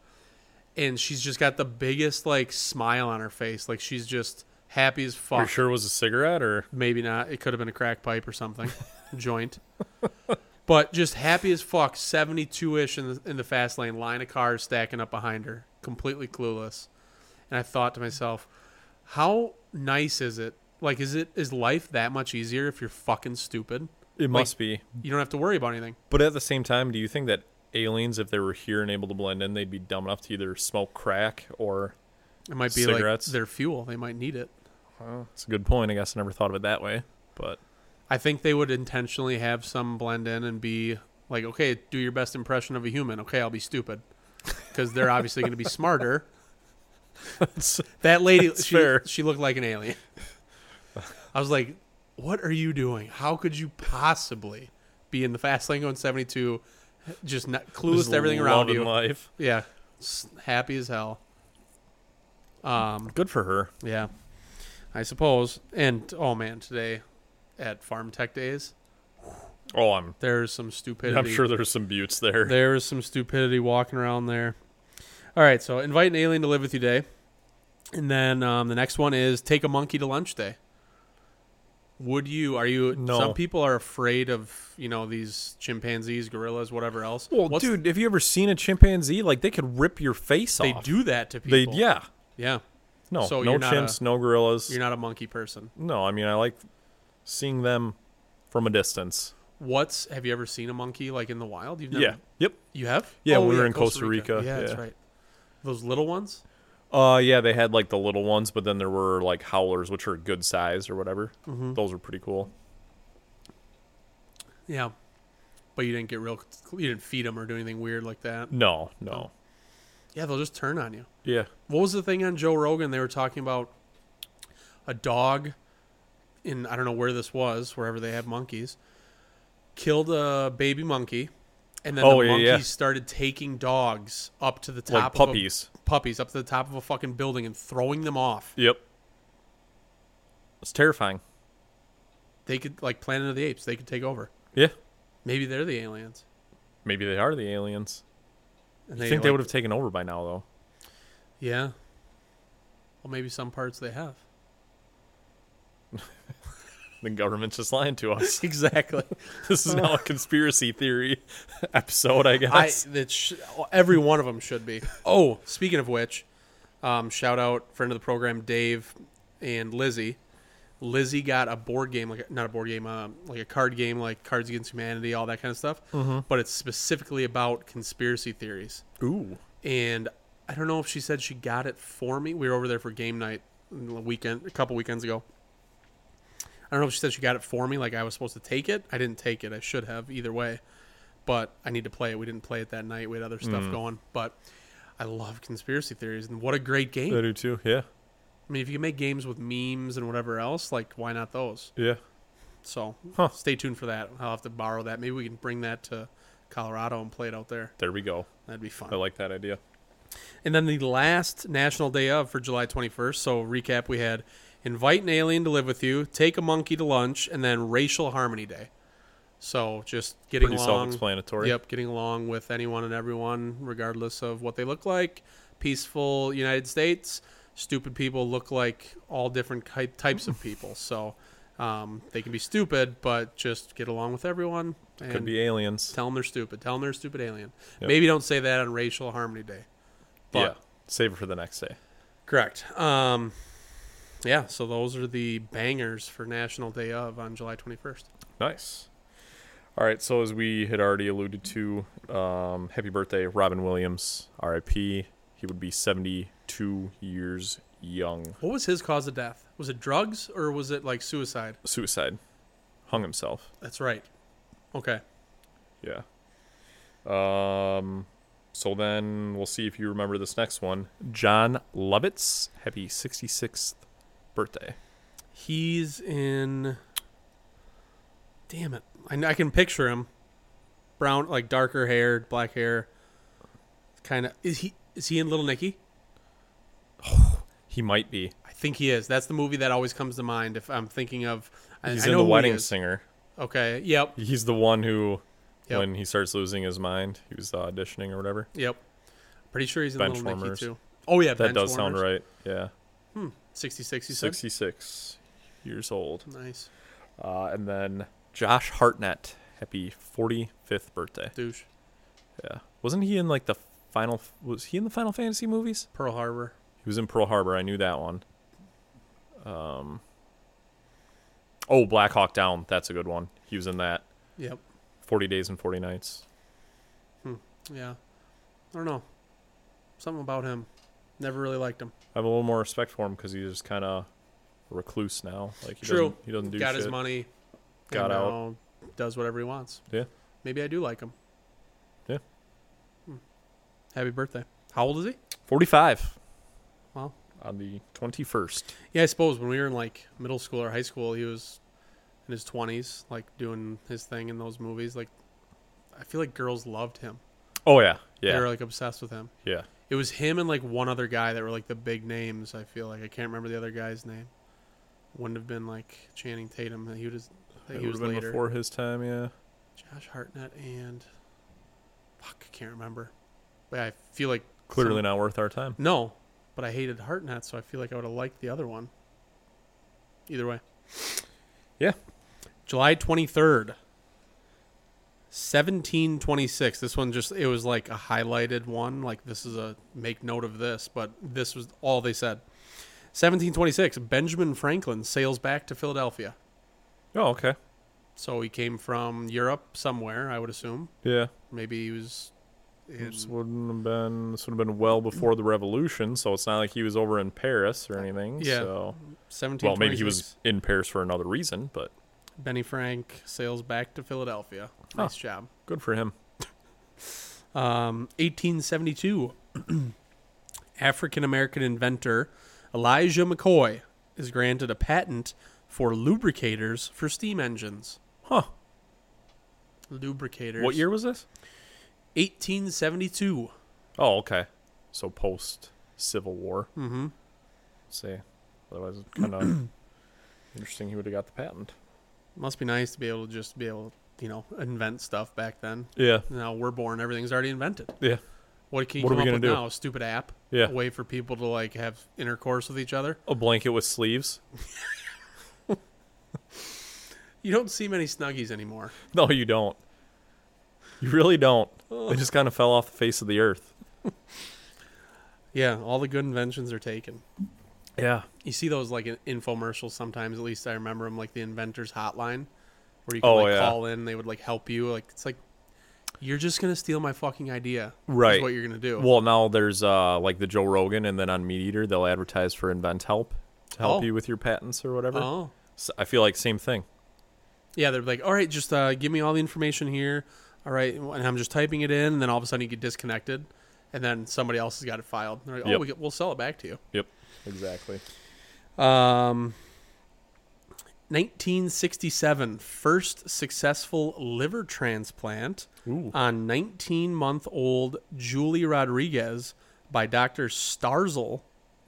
[SPEAKER 3] And she's just got the biggest like smile on her face. Like she's just happy as fuck
[SPEAKER 4] Are you sure it was a cigarette or?
[SPEAKER 3] maybe not. It could have been a crack pipe or something, joint. But just happy as fuck, seventy-two ish in the in the fast lane, line of cars stacking up behind her, completely clueless. And I thought to myself, how nice is it Like, is it is life that much easier if you're fucking stupid?
[SPEAKER 4] It must be.
[SPEAKER 3] You don't have to worry about anything.
[SPEAKER 4] But at the same time, do you think that aliens, if they were here and able to blend in, they'd be dumb enough to either smoke crack or.
[SPEAKER 3] It might be
[SPEAKER 4] Cigarettes.
[SPEAKER 3] like their fuel. They might need it.
[SPEAKER 4] It's a good point. I guess I never thought of it that way. But
[SPEAKER 3] I think they would intentionally have some blend in and be like, okay, do your best impression of a human. Okay, I'll be stupid because they're obviously going to be smarter. that lady,
[SPEAKER 4] that's
[SPEAKER 3] she,
[SPEAKER 4] fair.
[SPEAKER 3] she looked like an alien. I was like, what are you doing? How could you possibly be in the fast lane going 72, just not clueless
[SPEAKER 4] Just
[SPEAKER 3] to everything around
[SPEAKER 4] loving
[SPEAKER 3] you?
[SPEAKER 4] Life.
[SPEAKER 3] Yeah, s- happy as hell. Um,
[SPEAKER 4] Good for her.
[SPEAKER 3] yeah, I suppose. And oh man, today at Farm Tech Days,
[SPEAKER 4] Oh, I'm.
[SPEAKER 3] there's some stupidity.
[SPEAKER 4] I'm sure there's some buttes there.
[SPEAKER 3] there is some stupidity walking around there. All right, so invite an alien to live with you day, and then um, the next one is take a monkey to lunch day. Would you? Are you?
[SPEAKER 4] No.
[SPEAKER 3] Some people are afraid of you know these chimpanzees, gorillas, whatever else.
[SPEAKER 4] Well,
[SPEAKER 3] What's-
[SPEAKER 4] dude, have you ever seen a chimpanzee? Like they could rip your face
[SPEAKER 3] they
[SPEAKER 4] off.
[SPEAKER 3] do that to
[SPEAKER 4] They
[SPEAKER 3] people.
[SPEAKER 4] yeah.
[SPEAKER 3] yeah.
[SPEAKER 4] No,
[SPEAKER 3] So
[SPEAKER 4] no
[SPEAKER 3] you're not
[SPEAKER 4] chimps,
[SPEAKER 3] a-
[SPEAKER 4] no gorillas.
[SPEAKER 3] You're not a monkey person.
[SPEAKER 4] No, I mean I like seeing them from a distance.
[SPEAKER 3] What's? Have you ever seen a monkey like in the wild? You've never,
[SPEAKER 4] Yeah. Yep.
[SPEAKER 3] You have? Oh,
[SPEAKER 4] Yeah, when we were in Costa Rica,
[SPEAKER 3] Yeah, that's
[SPEAKER 4] yeah.
[SPEAKER 3] right. Those little ones?
[SPEAKER 4] Uh yeah, they had like the little ones, but then there were like howlers, which are good size or whatever.
[SPEAKER 3] Mm-hmm.
[SPEAKER 4] Those are pretty cool.
[SPEAKER 3] Yeah. But you didn't get real, you didn't feed them or do anything weird like that.
[SPEAKER 4] No,
[SPEAKER 3] Oh.
[SPEAKER 4] no.
[SPEAKER 3] Yeah, they'll just turn on you.
[SPEAKER 4] Yeah.
[SPEAKER 3] What was the thing on Joe Rogan? They were talking about a dog in, I don't know where this was, wherever they have monkeys, killed a baby monkey. And then
[SPEAKER 4] Oh,
[SPEAKER 3] the
[SPEAKER 4] yeah,
[SPEAKER 3] monkeys
[SPEAKER 4] yeah.
[SPEAKER 3] started taking dogs up to the
[SPEAKER 4] Like
[SPEAKER 3] top
[SPEAKER 4] puppies.
[SPEAKER 3] of a, puppies up to the top of a fucking building and throwing them off.
[SPEAKER 4] Yep. It's terrifying.
[SPEAKER 3] They could like Planet of the Apes. They could take over.
[SPEAKER 4] Yeah.
[SPEAKER 3] Maybe they're the aliens.
[SPEAKER 4] Maybe they are the aliens.
[SPEAKER 3] And
[SPEAKER 4] I think they
[SPEAKER 3] like,
[SPEAKER 4] would have taken over by now though.
[SPEAKER 3] Yeah. Well, maybe some parts they have.
[SPEAKER 4] The government's just lying to us.
[SPEAKER 3] Exactly.
[SPEAKER 4] this is now a conspiracy theory episode, I
[SPEAKER 3] I
[SPEAKER 4] guess.
[SPEAKER 3] that sh- every one of them should be. Oh, speaking of which, um, shout out friend of the program Dave and Lizzie. Lizzie got a board game, like not a board game, um, like a card game, like Cards Against Humanity, all that kind of stuff. But it's specifically about conspiracy theories.
[SPEAKER 4] Ooh.
[SPEAKER 3] and I don't know if she said she got it for me. We were over there for game night a weekend, a couple weekends ago. I don't know if she said she got it for me, like I was supposed to take it. I didn't take it. I should have either way, but I need to play it. We didn't play it that night. We had other
[SPEAKER 4] Mm.
[SPEAKER 3] stuff going, but I love conspiracy theories, and what a great game!
[SPEAKER 4] I do too. Yeah.
[SPEAKER 3] I mean, if you can make games with memes and whatever else, like why not those?
[SPEAKER 4] Yeah.
[SPEAKER 3] So
[SPEAKER 4] Huh.
[SPEAKER 3] stay tuned for that. I'll have to borrow that. Maybe we can bring that to Colorado and play it out there.
[SPEAKER 4] There we go.
[SPEAKER 3] That'd be fun.
[SPEAKER 4] I like that idea.
[SPEAKER 3] And then the last national day of for July 21st. So, recap we had invite an alien to live with you, take a monkey to lunch, and then racial harmony day. So, just getting
[SPEAKER 4] Pretty
[SPEAKER 3] along.
[SPEAKER 4] self-explanatory.
[SPEAKER 3] Yep, getting along with anyone and everyone, regardless of what they look like. Peaceful United States. Stupid people look like all different ki- types of people. So, um, they can be stupid, but just get along with everyone. And
[SPEAKER 4] Could be aliens.
[SPEAKER 3] Tell them they're stupid. Tell them they're a stupid alien.
[SPEAKER 4] Yep.
[SPEAKER 3] Maybe don't say that on racial harmony day. But
[SPEAKER 4] yeah. Save it for the next day.
[SPEAKER 3] Correct. Um, yeah, so those are the bangers for National Day of on July 21st.
[SPEAKER 4] Nice. All right. So as we had already alluded to, um, happy birthday, Robin Williams, R.I.P. He would be 72 years young.
[SPEAKER 3] What was his cause of death? Was it drugs or was it like suicide?
[SPEAKER 4] Suicide. Hung himself.
[SPEAKER 3] That's right. Okay.
[SPEAKER 4] Yeah. Um. So then we'll see if you remember this next one. John Lovitz, happy 66th birthday.
[SPEAKER 3] He's in. Damn it. I, I can picture him. Brown, like darker hair, black hair. Kind of. Is he is he in Little Nicky?
[SPEAKER 4] He might be.
[SPEAKER 3] I think he is. That's the movie that always comes to mind if I'm thinking of. I,
[SPEAKER 4] He's
[SPEAKER 3] I
[SPEAKER 4] in
[SPEAKER 3] know
[SPEAKER 4] the
[SPEAKER 3] who he
[SPEAKER 4] Wedding
[SPEAKER 3] is.
[SPEAKER 4] Singer.
[SPEAKER 3] Okay. Yep.
[SPEAKER 4] He's the one who,
[SPEAKER 3] Yep.
[SPEAKER 4] when he starts losing his mind, he was uh, auditioning or whatever.
[SPEAKER 3] Yep. Pretty sure he's in Little Nicky
[SPEAKER 4] Benchwarmers.
[SPEAKER 3] too. Oh yeah,
[SPEAKER 4] That does sound
[SPEAKER 3] Benchwarmers.
[SPEAKER 4] right. Yeah,
[SPEAKER 3] 66, you said?
[SPEAKER 4] sixty-six years old.
[SPEAKER 3] Nice.
[SPEAKER 4] Uh, and then Josh Hartnett, happy forty-fifth birthday.
[SPEAKER 3] Douche.
[SPEAKER 4] Yeah, wasn't he in like the final? Was he in the Final Fantasy movies?
[SPEAKER 3] Pearl Harbor.
[SPEAKER 4] He was in Pearl Harbor. I knew that one. Um, Oh, Black Hawk Down. That's a good one. He was in that.
[SPEAKER 3] Yep.
[SPEAKER 4] 40 Days and 40 Nights.
[SPEAKER 3] Yeah. I don't know. Something about him. Never really liked him.
[SPEAKER 4] I have a little more respect for him because he's just kind of recluse now. Like he
[SPEAKER 3] True.
[SPEAKER 4] Doesn't, he doesn't do
[SPEAKER 3] Got
[SPEAKER 4] shit.
[SPEAKER 3] his money.
[SPEAKER 4] Got
[SPEAKER 3] and
[SPEAKER 4] out.
[SPEAKER 3] now Does whatever he wants.
[SPEAKER 4] Yeah.
[SPEAKER 3] Maybe I do like him.
[SPEAKER 4] Yeah.
[SPEAKER 3] Hmm. Happy birthday. How old is he?
[SPEAKER 4] 45.
[SPEAKER 3] Wow.
[SPEAKER 4] On the 21st.
[SPEAKER 3] Yeah, I suppose when we were in like middle school or high school, he was in his 20s, like doing his thing in those movies. Like, I feel like girls loved him.
[SPEAKER 4] Oh, yeah.
[SPEAKER 3] They
[SPEAKER 4] Yeah.
[SPEAKER 3] were like obsessed with him.
[SPEAKER 4] Yeah.
[SPEAKER 3] It was him and like one other guy that were like the big names. I feel like I can't remember the other guy's name. Wouldn't have been like Channing Tatum. He would have. I think
[SPEAKER 4] It
[SPEAKER 3] he
[SPEAKER 4] would
[SPEAKER 3] was
[SPEAKER 4] have been
[SPEAKER 3] later.
[SPEAKER 4] before his time, yeah.
[SPEAKER 3] Josh Hartnett and fuck, I can't remember. But I feel like
[SPEAKER 4] Clearly not worth our time.
[SPEAKER 3] no. But I hated Hartnett, so I feel like I would have liked the other one. Either way,
[SPEAKER 4] Yeah.
[SPEAKER 3] July twenty third, seventeen twenty six. This one just it was like a highlighted one. Like this is a make note of this, but this was all they said. Seventeen twenty six. Benjamin Franklin sails back to Philadelphia.
[SPEAKER 4] Oh, okay.
[SPEAKER 3] So he came from Europe somewhere, I would assume.
[SPEAKER 4] Yeah.
[SPEAKER 3] Maybe he was in
[SPEAKER 4] This wouldn't have been this would have been well before the revolution, so it's not like he was over in Paris or anything.
[SPEAKER 3] Yeah.
[SPEAKER 4] So
[SPEAKER 3] seventeen.
[SPEAKER 4] well, maybe he was in Paris for another reason, but
[SPEAKER 3] Benny Frank sails back to Philadelphia.
[SPEAKER 4] Huh.
[SPEAKER 3] Nice job.
[SPEAKER 4] good for him.
[SPEAKER 3] Um, 1872, African American inventor Elijah McCoy is granted a patent for lubricators for steam engines.
[SPEAKER 4] Huh.
[SPEAKER 3] Lubricators.
[SPEAKER 4] What year was this?
[SPEAKER 3] 1872.
[SPEAKER 4] Oh, okay. So post Civil War.
[SPEAKER 3] Mm-hmm.
[SPEAKER 4] See. Otherwise it's kinda interesting he would have got the patent.
[SPEAKER 3] Must be nice to be able to just be able, to, you know, invent stuff back then.
[SPEAKER 4] Yeah.
[SPEAKER 3] Now we're born, everything's already invented.
[SPEAKER 4] Yeah.
[SPEAKER 3] What can you
[SPEAKER 4] What
[SPEAKER 3] come
[SPEAKER 4] are we
[SPEAKER 3] up
[SPEAKER 4] gonna
[SPEAKER 3] with
[SPEAKER 4] do?
[SPEAKER 3] now? A stupid app?
[SPEAKER 4] Yeah.
[SPEAKER 3] A way for people to like have intercourse with each other?
[SPEAKER 4] A blanket with sleeves.
[SPEAKER 3] You don't see many snuggies anymore.
[SPEAKER 4] No, you don't. You really don't. They just kinda fell off the face of the earth.
[SPEAKER 3] Yeah, all the good inventions are taken.
[SPEAKER 4] Yeah.
[SPEAKER 3] You see those like in infomercials sometimes. At least I remember them, like the inventors hotline, where you can
[SPEAKER 4] Oh,
[SPEAKER 3] like
[SPEAKER 4] yeah.
[SPEAKER 3] call in. They would like help you. Like it's like you're just gonna steal my fucking idea. is
[SPEAKER 4] Right.
[SPEAKER 3] what you're gonna do?
[SPEAKER 4] Well, now there's uh, like the Joe Rogan, and then on Meat Eater, they'll advertise for Invent Help to help
[SPEAKER 3] Oh.
[SPEAKER 4] you with your patents or whatever.
[SPEAKER 3] oh,
[SPEAKER 4] So I feel like same thing.
[SPEAKER 3] yeah. They're like, all right, just uh, give me all the information here. All right, and I'm just typing it in, and then all of a sudden you get disconnected, and then somebody else has got it filed. They're like, oh,
[SPEAKER 4] Yep.
[SPEAKER 3] we get, we'll sell it back to you.
[SPEAKER 4] Yep, exactly.
[SPEAKER 3] Um, 1967, first successful liver transplant
[SPEAKER 4] Ooh.
[SPEAKER 3] on 19 month old Julie Rodriguez by Dr. Starzl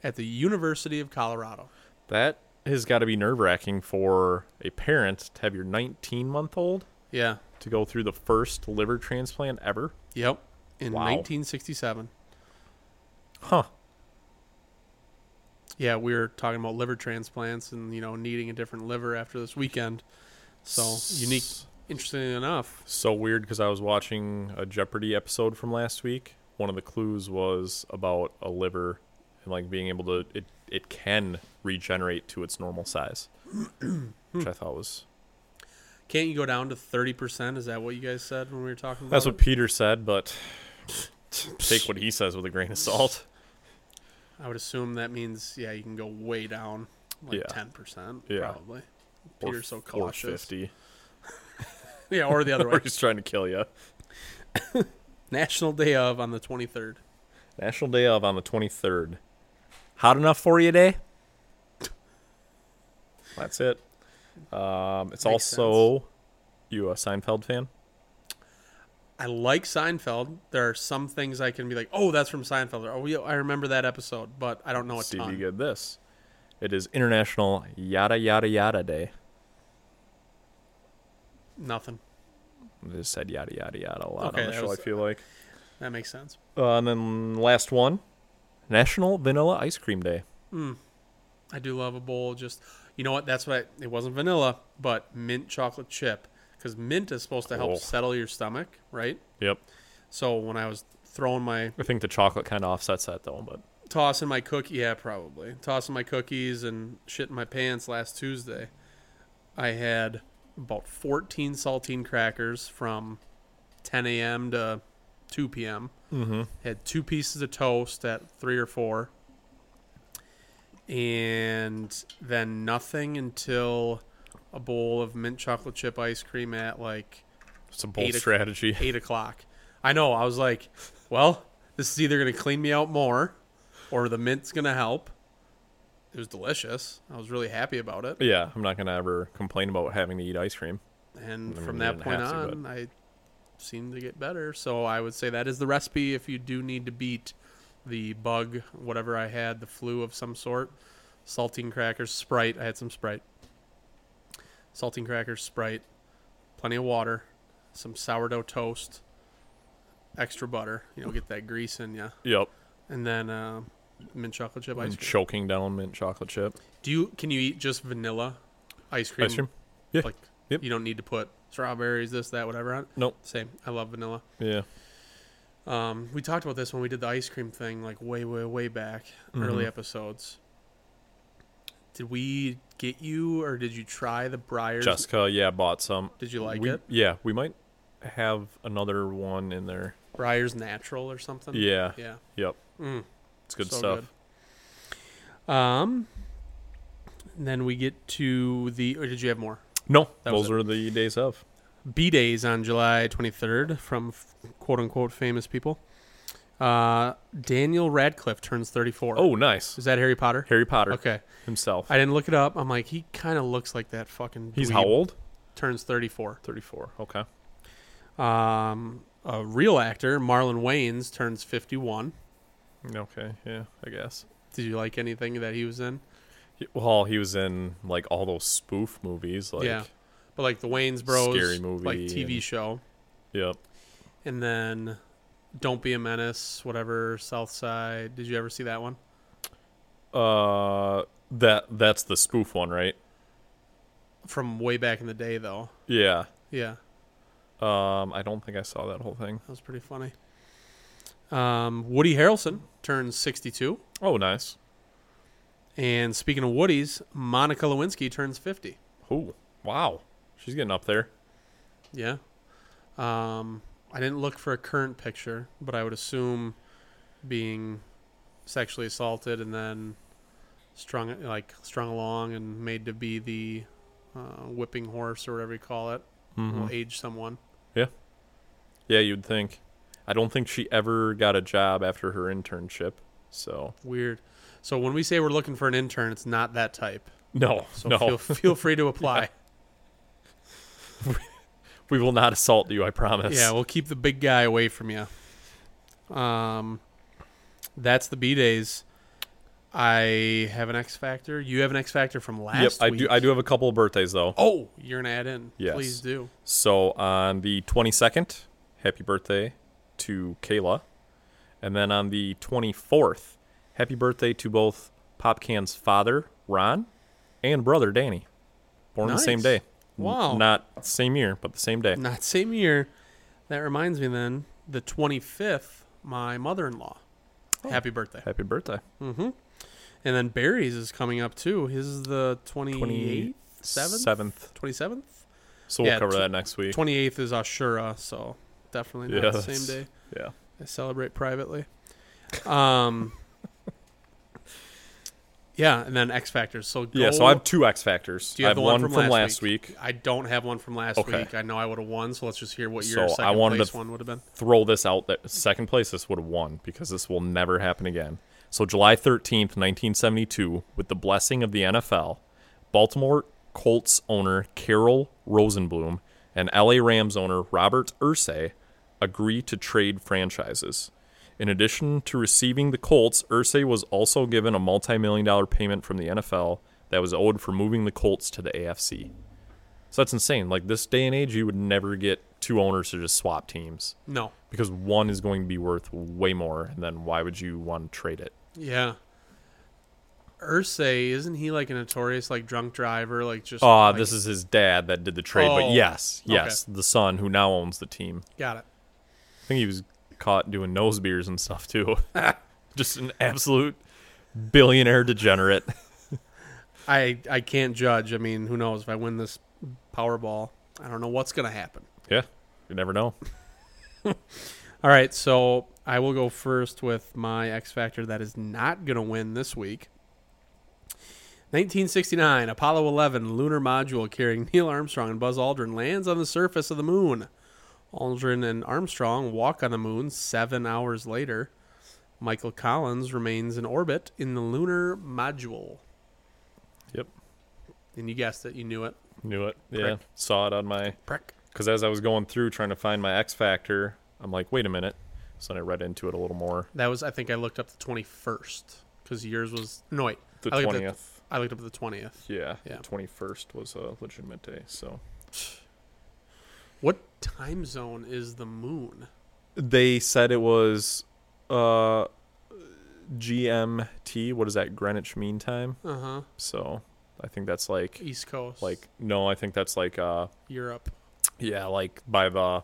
[SPEAKER 3] at the University of Colorado.
[SPEAKER 4] That has got to be nerve wracking for a parent to have your 19 month old
[SPEAKER 3] Yeah.
[SPEAKER 4] to go through the first liver transplant ever.
[SPEAKER 3] Yep. In
[SPEAKER 4] Wow.
[SPEAKER 3] 1967.
[SPEAKER 4] Huh.
[SPEAKER 3] Yeah, we were talking about liver transplants and, you know, needing a different liver after this weekend. So, unique. Interestingly enough,
[SPEAKER 4] So weird because I was watching a Jeopardy episode from last week. One of the clues was about a liver and like being able to it it can regenerate to its normal size, which I thought was
[SPEAKER 3] can't you go down to 30%? Is that what you guys said when we were talking about
[SPEAKER 4] that's
[SPEAKER 3] it?
[SPEAKER 4] what Peter said, but take what he says with a grain of salt.
[SPEAKER 3] I would assume that means yeah, you can go way down, like
[SPEAKER 4] Yeah.
[SPEAKER 3] ten percent,
[SPEAKER 4] Yeah.
[SPEAKER 3] probably.
[SPEAKER 4] Or
[SPEAKER 3] Peter's so
[SPEAKER 4] f- Or
[SPEAKER 3] cautious.
[SPEAKER 4] fifty,
[SPEAKER 3] yeah, or the other way.
[SPEAKER 4] or he's trying to kill you.
[SPEAKER 3] National Day of on the twenty third.
[SPEAKER 4] National Day of on the twenty third. Hot enough for you day? That's it. Um, it's
[SPEAKER 3] Makes
[SPEAKER 4] also you a Seinfeld fan?
[SPEAKER 3] I like Seinfeld. There are some things I can be like, oh, that's from Seinfeld. Or, oh, yeah, I remember that episode, but I don't know a
[SPEAKER 4] See if
[SPEAKER 3] ton.
[SPEAKER 4] you get this. It is International Yada Yada Yada Day.
[SPEAKER 3] Nothing.
[SPEAKER 4] I just said yada yada yada a lot
[SPEAKER 3] Okay,
[SPEAKER 4] on the
[SPEAKER 3] that
[SPEAKER 4] show.
[SPEAKER 3] was-
[SPEAKER 4] I feel like.
[SPEAKER 3] That makes sense.
[SPEAKER 4] Uh, and then last one, National Vanilla Ice Cream Day.
[SPEAKER 3] I do love a bowl. Just you know what? That's what I, it wasn't vanilla, but mint chocolate chip because mint is supposed to help
[SPEAKER 4] Cool.
[SPEAKER 3] settle your stomach, right?
[SPEAKER 4] Yep.
[SPEAKER 3] So when I was throwing my
[SPEAKER 4] I think the chocolate kind of offsets that though, but
[SPEAKER 3] tossing my cookie. Yeah, probably tossing my cookies and shit in my pants last Tuesday. I had about 14 saltine crackers from 10 a.m. to 2 p.m. Mm-hmm. Had two pieces of toast at three or four, and then nothing until a bowl of mint chocolate chip ice cream at like
[SPEAKER 4] It's a bold
[SPEAKER 3] Eight o-
[SPEAKER 4] strategy.
[SPEAKER 3] eight o'clock. I know. I was like, well, this is either going to clean me out more, or the mint's going to help. It was delicious. I was really happy about it.
[SPEAKER 4] Yeah, I'm not gonna ever complain about having to eat ice cream.
[SPEAKER 3] and
[SPEAKER 4] mean,
[SPEAKER 3] from
[SPEAKER 4] you
[SPEAKER 3] that
[SPEAKER 4] didn't
[SPEAKER 3] point
[SPEAKER 4] have to,
[SPEAKER 3] on, I seem to get better. So I would say that is the recipe if you do need to beat the bug, whatever I had, the flu of some sort. Saltine crackers, Sprite. I had some Sprite. Saltine crackers, Sprite, plenty of water, some sourdough toast, extra butter. You know, get that grease in ya,
[SPEAKER 4] Yep.
[SPEAKER 3] and then uh, mint chocolate chip ice
[SPEAKER 4] And
[SPEAKER 3] cream.
[SPEAKER 4] choking down mint chocolate chip.
[SPEAKER 3] do you? Can you eat just vanilla ice cream?
[SPEAKER 4] Ice cream? Yeah.
[SPEAKER 3] Like
[SPEAKER 4] Yep.
[SPEAKER 3] you don't need to put strawberries, this, that, whatever on it.
[SPEAKER 4] Nope.
[SPEAKER 3] Same. I love vanilla.
[SPEAKER 4] Yeah.
[SPEAKER 3] Um, we talked about this when we did the ice cream thing, like way, way, way back,
[SPEAKER 4] Mm-hmm.
[SPEAKER 3] early episodes. Did we get you, or did you try the Briars?
[SPEAKER 4] Jessica, yeah, bought some.
[SPEAKER 3] Did you like
[SPEAKER 4] we,
[SPEAKER 3] it?
[SPEAKER 4] Yeah, we might have another one in there.
[SPEAKER 3] Briars Natural or something?
[SPEAKER 4] Yeah.
[SPEAKER 3] Yeah.
[SPEAKER 4] Yep.
[SPEAKER 3] Mm.
[SPEAKER 4] It's good
[SPEAKER 3] So
[SPEAKER 4] stuff.
[SPEAKER 3] good. Um. and Then we get to the. Or did you have more?
[SPEAKER 4] No,
[SPEAKER 3] That was
[SPEAKER 4] those
[SPEAKER 3] it.
[SPEAKER 4] are the days of.
[SPEAKER 3] B Days on July 23rd from f- quote unquote famous people. Uh, Daniel Radcliffe turns 34.
[SPEAKER 4] Oh, nice.
[SPEAKER 3] is that Harry Potter?
[SPEAKER 4] Harry Potter
[SPEAKER 3] Okay.
[SPEAKER 4] himself.
[SPEAKER 3] I didn't look it up. I'm like, he kind of looks like that fucking.
[SPEAKER 4] He's
[SPEAKER 3] dweeb.
[SPEAKER 4] how old?
[SPEAKER 3] Turns 34.
[SPEAKER 4] 34. Okay.
[SPEAKER 3] Um, a real actor, Marlon Wayans, turns 51.
[SPEAKER 4] Okay. Yeah, I guess.
[SPEAKER 3] Did you like anything that he was in?
[SPEAKER 4] He- Well, he was in like all those spoof movies. Like,
[SPEAKER 3] yeah. But like the Wayans Bros.
[SPEAKER 4] Scary Movie
[SPEAKER 3] Like TV
[SPEAKER 4] and-
[SPEAKER 3] show.
[SPEAKER 4] Yep.
[SPEAKER 3] And then Don't Be a Menace, whatever, South Side. Did you ever see that one?
[SPEAKER 4] Uh, that that's the spoof one, right?
[SPEAKER 3] From way back in the day, though.
[SPEAKER 4] Yeah.
[SPEAKER 3] Yeah.
[SPEAKER 4] Um, I don't think I saw that whole thing.
[SPEAKER 3] That was pretty funny. Um, Woody Harrelson turns 62.
[SPEAKER 4] Oh, nice.
[SPEAKER 3] And speaking of Woody's, Monica Lewinsky turns 50.
[SPEAKER 4] Oh, wow. She's getting up there.
[SPEAKER 3] Yeah. Um, I didn't look for a current picture, but I would assume being sexually assaulted and then strung like strung along and made to be the uh, whipping horse or whatever you call it will age someone.
[SPEAKER 4] Yeah, you'd think. I don't think she ever got a job after her internship. So
[SPEAKER 3] Weird. So when we say we're looking for an intern, it's not that type.
[SPEAKER 4] no,
[SPEAKER 3] So
[SPEAKER 4] no,
[SPEAKER 3] feel, feel free to apply.
[SPEAKER 4] we will not assault you. I promise.
[SPEAKER 3] Yeah, we'll keep the big guy away from you. Um, that's the B days. I have an X factor. You have an X factor from last.
[SPEAKER 4] yep. I
[SPEAKER 3] week.
[SPEAKER 4] do. I do have a couple of birthdays though.
[SPEAKER 3] Oh, you're gonna add in.
[SPEAKER 4] Yes.
[SPEAKER 3] Please do.
[SPEAKER 4] So on the 22nd, happy birthday to Kayla. And then on the 24th, happy birthday to both Popcan's father, Ron, and brother, Danny. Born the same
[SPEAKER 3] Nice.
[SPEAKER 4] day. N-
[SPEAKER 3] Wow.
[SPEAKER 4] Not same year, but the same day.
[SPEAKER 3] Not same year. That reminds me. Then the 25th, my mother-in-law. Happy birthday.
[SPEAKER 4] Oh. Happy birthday.
[SPEAKER 3] And then Barry's is coming up too. His is the 28th, 7th,
[SPEAKER 4] 7th.
[SPEAKER 3] 27th.
[SPEAKER 4] So we'll
[SPEAKER 3] Yeah,
[SPEAKER 4] cover
[SPEAKER 3] tw-
[SPEAKER 4] that next week.
[SPEAKER 3] 28th is Ashura, so definitely not
[SPEAKER 4] yeah,
[SPEAKER 3] the
[SPEAKER 4] that's-
[SPEAKER 3] same day.
[SPEAKER 4] Yeah.
[SPEAKER 3] I celebrate privately. Um, yeah, and then X Factors. So go,
[SPEAKER 4] Yeah, so I have two X Factors.
[SPEAKER 3] do you have
[SPEAKER 4] I have
[SPEAKER 3] the
[SPEAKER 4] one,
[SPEAKER 3] one
[SPEAKER 4] from, last week.
[SPEAKER 3] I don't have one from last
[SPEAKER 4] Okay.
[SPEAKER 3] week. I know I would have won, so let's just hear what your
[SPEAKER 4] So I
[SPEAKER 3] second
[SPEAKER 4] wanted to
[SPEAKER 3] place
[SPEAKER 4] f-
[SPEAKER 3] one would have been.
[SPEAKER 4] Throw this out that second place this would have won because this will never happen again. So July 13th, 1972, with the blessing of the NFL, Baltimore Colts owner Carol Rosenblum and LA Rams owner Robert Ursay agree to trade franchises. In addition to receiving the Colts, Ursay was also given a multi-million dollar payment from the NFL that was owed for moving the Colts to the AFC. So that's insane. Like this day and age, you would never get two owners to just swap teams
[SPEAKER 3] No,
[SPEAKER 4] because one is going to be worth way more, and then why would you want to trade it?
[SPEAKER 3] yeah. Ursay, isn't he like a notorious like drunk driver? Like just
[SPEAKER 4] Ah,
[SPEAKER 3] like-
[SPEAKER 4] this is his dad that did the trade,
[SPEAKER 3] Oh,
[SPEAKER 4] but yes,
[SPEAKER 3] okay.
[SPEAKER 4] yes, the son who now owns the team.
[SPEAKER 3] got it.
[SPEAKER 4] I think he was caught doing nose beers and stuff too. just an absolute billionaire degenerate.
[SPEAKER 3] I I can't judge. I mean, who knows if I win this Powerball? I don't know what's gonna happen.
[SPEAKER 4] Yeah, you never know.
[SPEAKER 3] All right, so I will go first with my X Factor that is not going to win this week. 1969, Apollo 11 lunar module carrying Neil Armstrong and Buzz Aldrin lands on the surface of the moon. Aldrin and Armstrong walk on the moon seven hours later. Michael Collins remains in orbit in the lunar module.
[SPEAKER 4] Yep,
[SPEAKER 3] And you guessed it, you knew it.
[SPEAKER 4] knew it. Yeah,
[SPEAKER 3] Correct.
[SPEAKER 4] saw it on my
[SPEAKER 3] Prick.
[SPEAKER 4] because as I was going through trying to find my X Factor, I'm like, wait a minute. So then I read into it a little more.
[SPEAKER 3] That was, I think I looked up the 21st because yours was. No, wait.
[SPEAKER 4] The
[SPEAKER 3] I looked up
[SPEAKER 4] 20th.
[SPEAKER 3] I looked up the 20th.
[SPEAKER 4] Yeah,
[SPEAKER 3] Yeah.
[SPEAKER 4] the 21st was a legitimate day. So
[SPEAKER 3] What time zone is the moon?
[SPEAKER 4] they said it was uh, GMT. What is that? Greenwich Mean Time.
[SPEAKER 3] Uh huh.
[SPEAKER 4] So I think that's like
[SPEAKER 3] East Coast.
[SPEAKER 4] like no, I think that's like uh
[SPEAKER 3] Europe.
[SPEAKER 4] yeah, like by the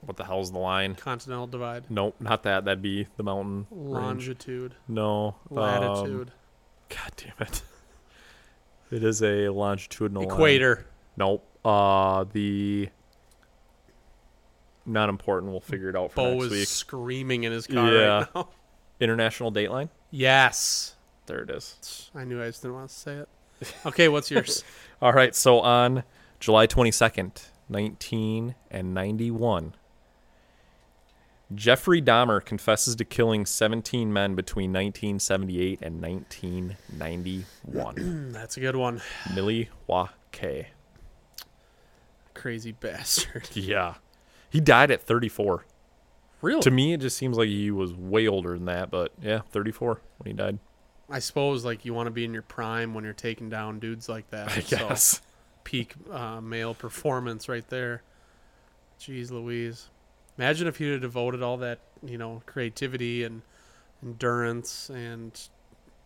[SPEAKER 4] what the hell's the line?
[SPEAKER 3] Continental divide.
[SPEAKER 4] Nope, not that. That'd be the mountain range.
[SPEAKER 3] Longitude.
[SPEAKER 4] No um,
[SPEAKER 3] Latitude.
[SPEAKER 4] God damn it. It is a longitudinal line.
[SPEAKER 3] Equator.
[SPEAKER 4] Nope. Uh the not important. We'll figure it out for
[SPEAKER 3] Bo
[SPEAKER 4] next
[SPEAKER 3] is
[SPEAKER 4] week.
[SPEAKER 3] screaming in his car
[SPEAKER 4] Yeah.
[SPEAKER 3] right now.
[SPEAKER 4] International Dateline.
[SPEAKER 3] Yes.
[SPEAKER 4] There it is.
[SPEAKER 3] I knew I just didn't want to say it. Okay, what's yours?
[SPEAKER 4] All right. So on July 22nd, 19 and 91, Jeffrey Dahmer confesses to killing 17 men between 1978 and 1991.
[SPEAKER 3] Hmm, That's a good one.
[SPEAKER 4] Milwaukee.
[SPEAKER 3] Crazy bastard.
[SPEAKER 4] Yeah. Oh. He died at 34.
[SPEAKER 3] Really?
[SPEAKER 4] To me, it just seems like he was way older than that, but yeah, 34 when he died.
[SPEAKER 3] I suppose like you want to be in your prime when you're taking down dudes like that.
[SPEAKER 4] I
[SPEAKER 3] So,
[SPEAKER 4] guess.
[SPEAKER 3] peak uh, male performance right there. Jeez Louise. Imagine if he'd have devoted all that, you know, creativity and endurance and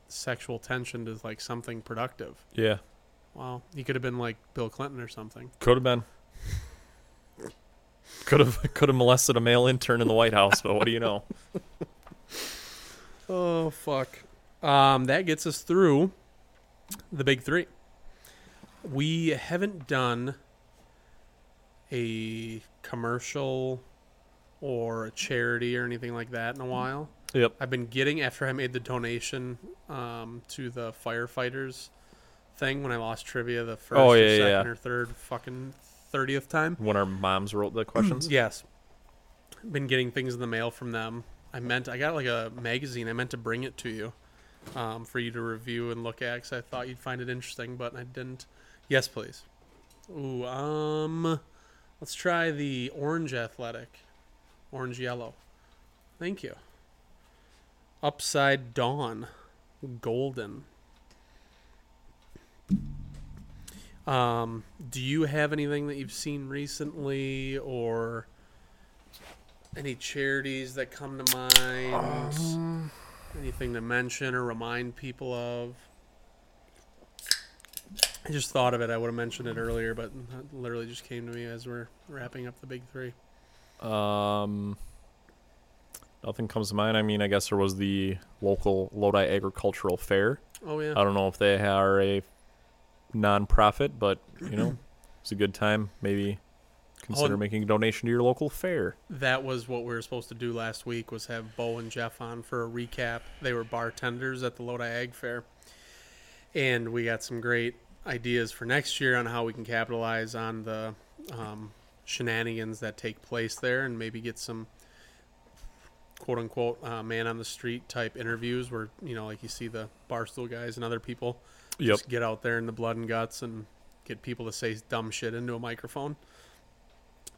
[SPEAKER 3] sexual tension to like something productive.
[SPEAKER 4] Yeah.
[SPEAKER 3] Wow. He could have been like Bill Clinton or something.
[SPEAKER 4] Could have been. Could have could have molested a male intern in the White House, but what do you know?
[SPEAKER 3] Oh fuck. Um, that gets us through the big three. We haven't done a commercial or a charity or anything like that in a while.
[SPEAKER 4] Yep.
[SPEAKER 3] I've been getting after I made the donation um, to the firefighters thing when I lost trivia the first
[SPEAKER 4] Oh,
[SPEAKER 3] or
[SPEAKER 4] yeah, yeah,
[SPEAKER 3] second
[SPEAKER 4] yeah.
[SPEAKER 3] or third fucking thirtieth time.
[SPEAKER 4] when our moms wrote the questions.
[SPEAKER 3] Yes. Been getting things in the mail from them. I meant I got like a magazine. I meant to bring it to you um, for you to review and look at because I thought you'd find it interesting, but I didn't. Yes, please. Ooh, um, let's try the orange athletic, orange yellow. Thank you. Upside Dawn, golden. Um, do you have anything that you've seen recently or any charities that come to mind? anything to mention or remind people of? I just thought of it. I would have mentioned it earlier, but it literally just came to me as we're wrapping up the big three.
[SPEAKER 4] Um, nothing comes to mind. I mean, I guess there was the local Lodi Agricultural Fair.
[SPEAKER 3] Oh, yeah.
[SPEAKER 4] I don't know if they are a non-profit, but you know, it's a good time. Maybe consider
[SPEAKER 3] and-
[SPEAKER 4] making a donation to your local fair.
[SPEAKER 3] that was what we were supposed to do last week was have Bo and Jeff on for a recap. They were bartenders at the Lodi Ag Fair. And we got some great ideas for next year on how we can capitalize on the um, shenanigans that take place there and maybe get some quote unquote uh, man on the street type interviews where, you know, like you see the barstool guys and other people
[SPEAKER 4] Yep.
[SPEAKER 3] just get out there in the blood and guts and get people to say dumb shit into a microphone.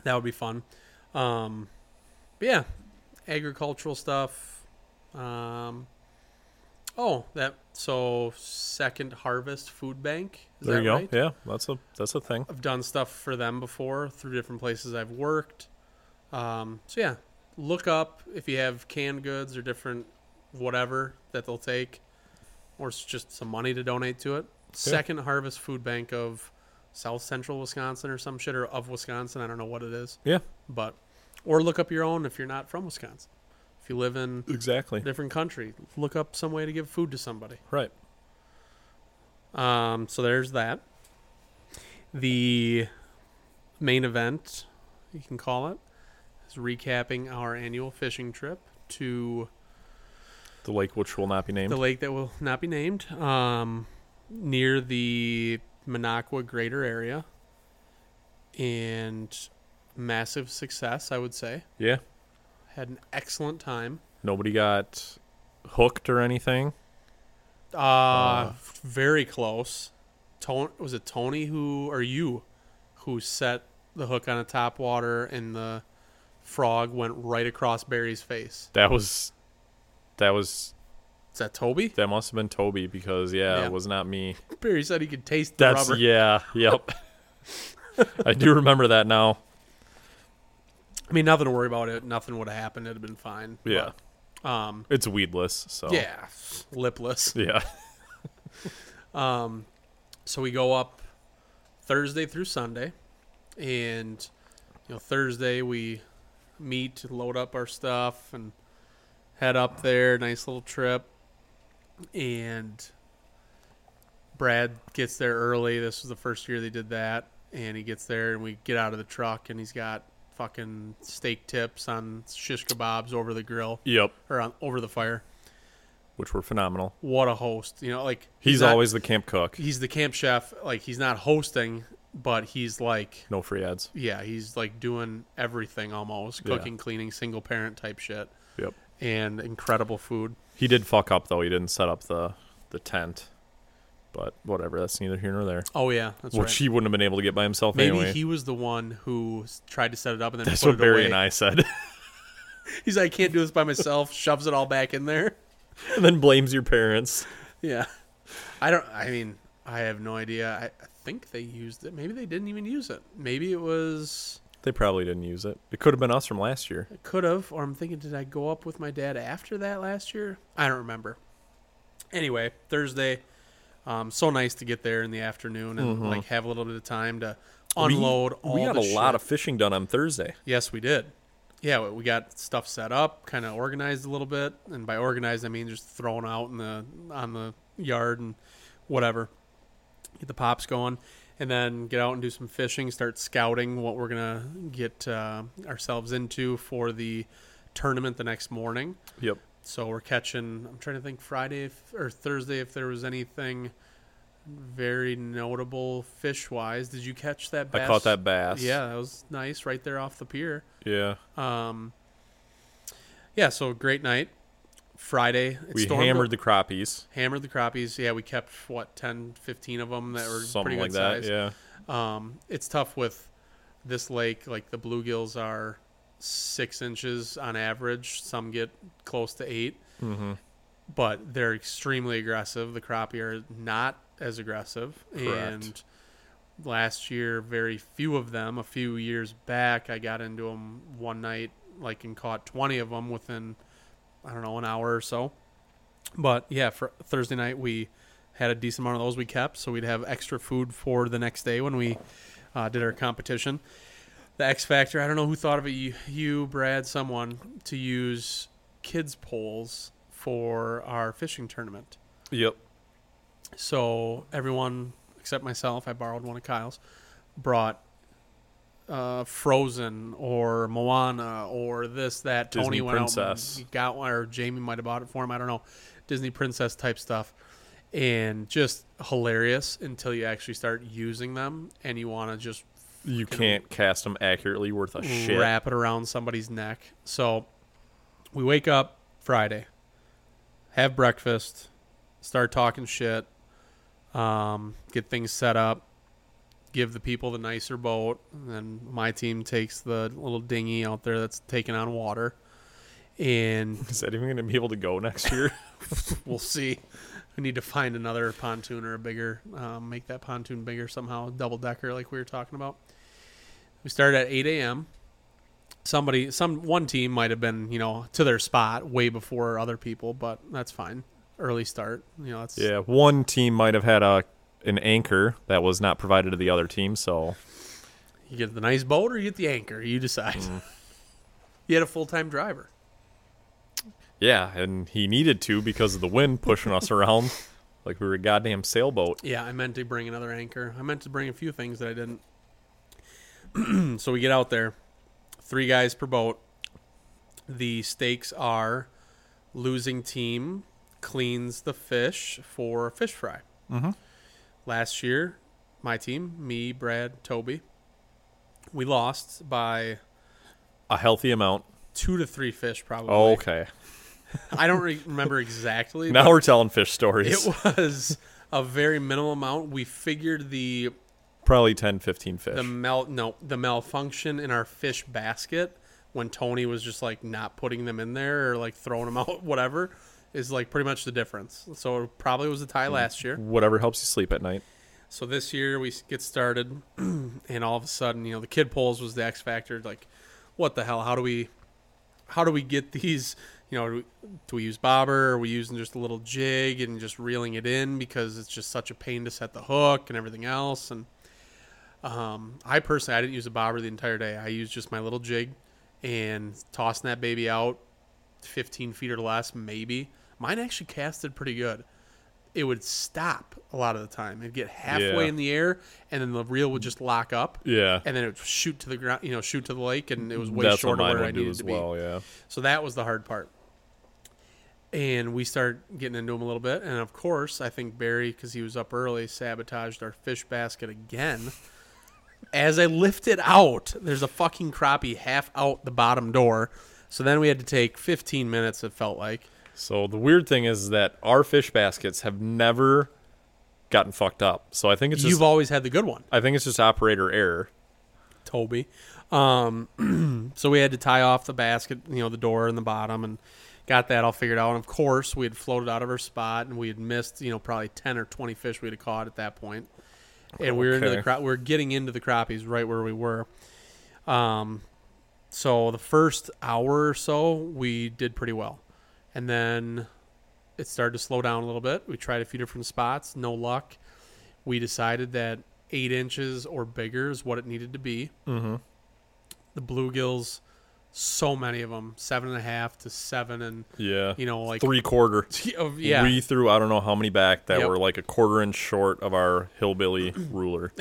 [SPEAKER 3] That would be fun. Um, but yeah, agricultural stuff. Um, oh, that so second harvest food bank. Is
[SPEAKER 4] There
[SPEAKER 3] that
[SPEAKER 4] you go.
[SPEAKER 3] right?
[SPEAKER 4] Yeah, that's a that's a thing.
[SPEAKER 3] I've done stuff for them before through different places I've worked. Um, so yeah, look up if you have canned goods or different whatever that they'll take, or it's just some money to donate to it. Second Harvest Food Bank of South Central Wisconsin or some shit or of Wisconsin. I don't know what it is,
[SPEAKER 4] Yeah,
[SPEAKER 3] but or look up your own if you're not from Wisconsin. If you live in
[SPEAKER 4] exactly.
[SPEAKER 3] a different country, look up some way to give food to somebody.
[SPEAKER 4] Right.
[SPEAKER 3] Um, so there's that. The main event, you can call it, is recapping our annual fishing trip to
[SPEAKER 4] The lake which will not be named.
[SPEAKER 3] the lake that will not be named, um, near the Minocqua Greater area, and massive success, I would say.
[SPEAKER 4] yeah.
[SPEAKER 3] Had an excellent time.
[SPEAKER 4] Nobody got hooked or anything.
[SPEAKER 3] Uh, very close. Tony was it Tony who or you who set the hook on a top water and the frog went right across Barry's face.
[SPEAKER 4] That was that was
[SPEAKER 3] Is that Toby?
[SPEAKER 4] that must have been Toby because yeah,
[SPEAKER 3] Yeah.
[SPEAKER 4] it was not me.
[SPEAKER 3] Barry said he could taste the
[SPEAKER 4] That's
[SPEAKER 3] rubber.
[SPEAKER 4] yeah, yep. I do remember that now.
[SPEAKER 3] I mean, nothing to worry about. It nothing would have happened. It'd have been fine.
[SPEAKER 4] Yeah.
[SPEAKER 3] But, um.
[SPEAKER 4] It's weedless, so
[SPEAKER 3] Yeah. Lipless.
[SPEAKER 4] Yeah.
[SPEAKER 3] So we go up Thursday through Sunday, and you know Thursday we meet, load up our stuff, and head up there. Nice little trip, and Brad gets there early. This was the first year they did that, and he gets there, and we get out of the truck, and he's got fucking steak tips on shish kebabs over the grill
[SPEAKER 4] Yep.
[SPEAKER 3] or on, over the fire.
[SPEAKER 4] Which were phenomenal.
[SPEAKER 3] What a host, you know! Like
[SPEAKER 4] He's
[SPEAKER 3] not-
[SPEAKER 4] always the camp cook.
[SPEAKER 3] he's the camp chef. Like he's not hosting, but he's like
[SPEAKER 4] No free ads.
[SPEAKER 3] yeah, he's like doing everything almost
[SPEAKER 4] Yeah.
[SPEAKER 3] cooking, cleaning, single parent type shit,
[SPEAKER 4] Yep.
[SPEAKER 3] and incredible food.
[SPEAKER 4] He did fuck up though. He didn't set up the the tent. But whatever, that's neither here nor there.
[SPEAKER 3] Oh yeah, that's
[SPEAKER 4] Which
[SPEAKER 3] right.
[SPEAKER 4] he wouldn't have been able to get by himself
[SPEAKER 3] Maybe
[SPEAKER 4] anyway.
[SPEAKER 3] he was the one who s- tried to set it up and then
[SPEAKER 4] that's
[SPEAKER 3] put
[SPEAKER 4] what
[SPEAKER 3] it
[SPEAKER 4] Barry
[SPEAKER 3] away.
[SPEAKER 4] and I said.
[SPEAKER 3] He's like, I can't do this by myself. shoves it all back in there.
[SPEAKER 4] and then blames your parents.
[SPEAKER 3] Yeah, I don't. I mean, I have no idea. I, I think they used it. Maybe they didn't even use it. Maybe it was.
[SPEAKER 4] They probably didn't use it. It could have been us from last year.
[SPEAKER 3] Could have, or I'm thinking, did I go up with my dad after that last year? I don't remember. Anyway, Thursday, um, so nice to get there in the afternoon and like have a little bit of time to unload all.
[SPEAKER 4] Mm-hmm. We got
[SPEAKER 3] the
[SPEAKER 4] a lot
[SPEAKER 3] shit.
[SPEAKER 4] of fishing done on Thursday.
[SPEAKER 3] Yes, we did. Yeah, we- we got stuff set up, kind of organized a little bit, and by organized I mean just thrown out in the on the yard and whatever. Get the pops going, and then get out and do some fishing. Start scouting what we're gonna get uh, ourselves into for the tournament the next morning.
[SPEAKER 4] Yep.
[SPEAKER 3] So we're catching. I'm trying to think Friday if, or Thursday if there was anything very notable fish wise. Did you catch that? Bass?
[SPEAKER 4] I caught that bass.
[SPEAKER 3] Yeah, that was nice right there off the pier.
[SPEAKER 4] Yeah.
[SPEAKER 3] Um, yeah, so great night. Friday, it
[SPEAKER 4] we
[SPEAKER 3] stormed-
[SPEAKER 4] hammered the crappies.
[SPEAKER 3] hammered the crappies. Yeah, we kept what 10, 15 of them that were
[SPEAKER 4] Something
[SPEAKER 3] pretty good
[SPEAKER 4] like that.
[SPEAKER 3] size.
[SPEAKER 4] Yeah.
[SPEAKER 3] Um, it's tough with this lake. Like the bluegills are six inches on average. Some get close to 8 mm-hmm. but they're extremely aggressive. The crappie are not as aggressive, and last year, very few of them. A few years back, I got into them one night, like and caught twenty of them within, I don't know, an hour or so. But yeah, for Thursday night we had a decent amount of those we kept, so we'd have extra food for the next day when we uh, did our competition. The X Factor, I don't know who thought of it, you, you, Brad, someone, to use kids poles for our fishing tournament.
[SPEAKER 4] Yep.
[SPEAKER 3] So everyone except myself, I borrowed one of Kyle's, brought uh, Frozen or Moana or this that.
[SPEAKER 4] Disney
[SPEAKER 3] Tony went
[SPEAKER 4] Princess.
[SPEAKER 3] out and got one, or Jamie might have bought it for him. I don't know, Disney Princess type stuff, and just hilarious until you actually start using them and you want to just
[SPEAKER 4] You can't cast them accurately worth a shit.
[SPEAKER 3] wrap it around somebody's neck. So we wake up Friday, have breakfast, start talking shit, um, get things set up, give the people the nicer boat, and then my team takes the little dinghy out there that's taking on water. And
[SPEAKER 4] Is that even going to be able to go next year?
[SPEAKER 3] we'll see. We need to find another pontoon or a bigger, um, make that pontoon bigger somehow, double decker like we were talking about. We started at 8 a.m. Somebody, some one team might have been, you know, to their spot way before other people, but that's fine. Early start, you know, that's
[SPEAKER 4] yeah. One team might have had a an anchor that was not provided to the other team, so
[SPEAKER 3] you get the nice boat or you get the anchor. You decide. you had a full time driver.
[SPEAKER 4] yeah, and he needed to because of the wind pushing us around. like we were a goddamn sailboat.
[SPEAKER 3] Yeah, I meant to bring another anchor. I meant to bring a few things that I didn't. so we get out there, three guys per boat. The stakes are losing team cleans the fish for fish fry. Mm-hmm. Last year, my team, me, Brad, Toby, we lost by
[SPEAKER 4] A healthy amount.
[SPEAKER 3] two to three fish probably.
[SPEAKER 4] Oh, okay.
[SPEAKER 3] I don't re- remember exactly.
[SPEAKER 4] Now we're telling fish stories.
[SPEAKER 3] It was a very minimal amount. We figured the
[SPEAKER 4] Probably 10, 15 fish.
[SPEAKER 3] the mal no the malfunction in our fish basket when Tony was just like not putting them in there or like throwing them out, whatever, is like pretty much the difference. So it probably was a tie last year.
[SPEAKER 4] Whatever helps you sleep at night.
[SPEAKER 3] So this year we s- get started, and all of a sudden, you know, the kid polls was the X factor. Like, what the hell? How do we, how do we get these? You know, do we, do we use bobber? Are we using just a little jig and just reeling it in because it's just such a pain to set the hook and everything else? And um, I personally, I didn't use a bobber the entire day. I used just my little jig and tossing that baby out 15 feet or less, maybe. Mine actually casted pretty good. It would stop a lot of the time. It'd get halfway
[SPEAKER 4] Yeah.
[SPEAKER 3] in the air, and then the reel would just lock up.
[SPEAKER 4] Yeah.
[SPEAKER 3] And then it would shoot to the ground, you know, shoot to the lake, and it was way
[SPEAKER 4] That's what
[SPEAKER 3] shorter
[SPEAKER 4] mine
[SPEAKER 3] where I
[SPEAKER 4] would do
[SPEAKER 3] needed
[SPEAKER 4] as
[SPEAKER 3] to be.
[SPEAKER 4] well, yeah.
[SPEAKER 3] So that was the hard part. And we start getting into them a little bit. And of course, I think Barry, because he was up early, sabotaged our fish basket again. As I lift it out, there's a fucking crappie half out the bottom door. So then we had to take 15 minutes, it felt like.
[SPEAKER 4] So the weird thing is that our fish baskets have never gotten fucked up. So I think it's just
[SPEAKER 3] You've always had the good one,
[SPEAKER 4] I think it's just operator error.
[SPEAKER 3] Toby. Um, so we had to tie off the basket, you know, the door and the bottom, and got that all figured out. And of course, we had floated out of our spot, and we had missed, you know, probably 10 or 20 fish we'd have caught at that point. and we were into the
[SPEAKER 4] Okay.
[SPEAKER 3] cro- we were getting into the crappies right where we were. Um, so the first hour or so we did pretty well, and then it started to slow down a little bit. We tried a few different spots, no luck. We decided that eight inches or bigger is what it needed to be. Mm-hmm. The bluegills, so many of them, seven and a half to seven, and
[SPEAKER 4] Yeah.
[SPEAKER 3] you know, like
[SPEAKER 4] three quarter.
[SPEAKER 3] of- yeah,
[SPEAKER 4] We threw I don't know how many back that
[SPEAKER 3] Yep.
[SPEAKER 4] were like a quarter inch short of our hillbilly ruler.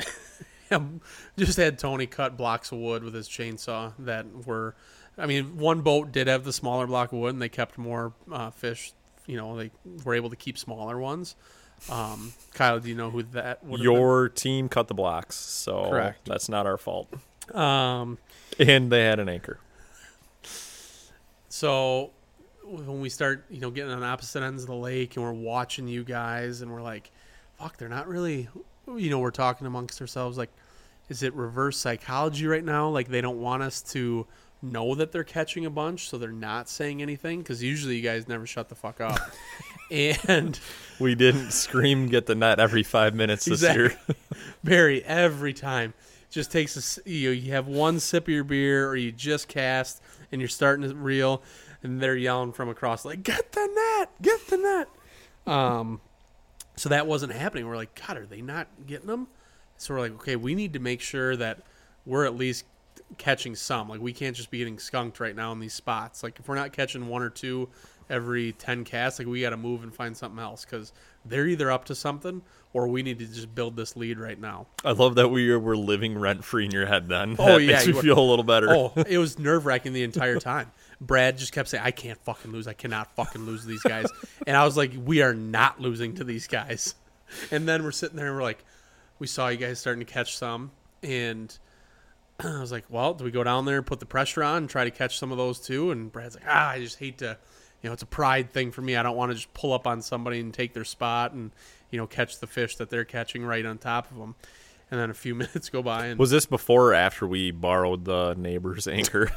[SPEAKER 3] him just had Tony cut blocks of wood with his chainsaw that were I mean one boat did have the smaller block of wood and they kept more uh, fish you know they were able to keep smaller ones um, Kyle do you know who that would have
[SPEAKER 4] Your team cut the blocks, so
[SPEAKER 3] Correct.
[SPEAKER 4] that's not our fault.
[SPEAKER 3] been? um
[SPEAKER 4] And they had an anchor.
[SPEAKER 3] so when we start you know getting on opposite ends of the lake and we're watching you guys and we're like fuck they're not really you know we're talking amongst ourselves like is it reverse psychology right now like they don't want us to know that they're catching a bunch so they're not saying anything because usually you guys never shut the fuck up and
[SPEAKER 4] We didn't scream get the net every five minutes this year.
[SPEAKER 3] Exactly. Barry every time just takes a s- you know, you have one sip of your beer or you just cast and you're starting to reel and they're yelling from across like get the net get the net um so that wasn't happening we're like god are they not getting them so we're like okay we need to make sure that we're at least catching some like we can't just be getting skunked right now in these spots like if we're not catching one or two every 10 casts like we got to move and find something else because they're either up to something or we need to just build this lead right now
[SPEAKER 4] I love that we were living rent free in your head then.
[SPEAKER 3] Oh,
[SPEAKER 4] that
[SPEAKER 3] yeah,
[SPEAKER 4] makes
[SPEAKER 3] you
[SPEAKER 4] me
[SPEAKER 3] were.
[SPEAKER 4] feel a little better.
[SPEAKER 3] Oh, it was nerve wracking the entire time. Brad just kept saying, "I can't fucking lose. I cannot fucking lose to these guys," and I was like, "We are not losing to these guys." And then we're sitting there, and we're like, "We saw you guys starting to catch some," and I was like, "Well, do we go down there and put the pressure on and try to catch some of those too?" And Brad's like, "Ah, I just hate to." You know, it's a pride thing for me. I don't want to just pull up on somebody and take their spot and, you know, catch the fish that they're catching right on top of them. And then a few minutes go by and
[SPEAKER 4] Was this before or after we borrowed the neighbor's anchor?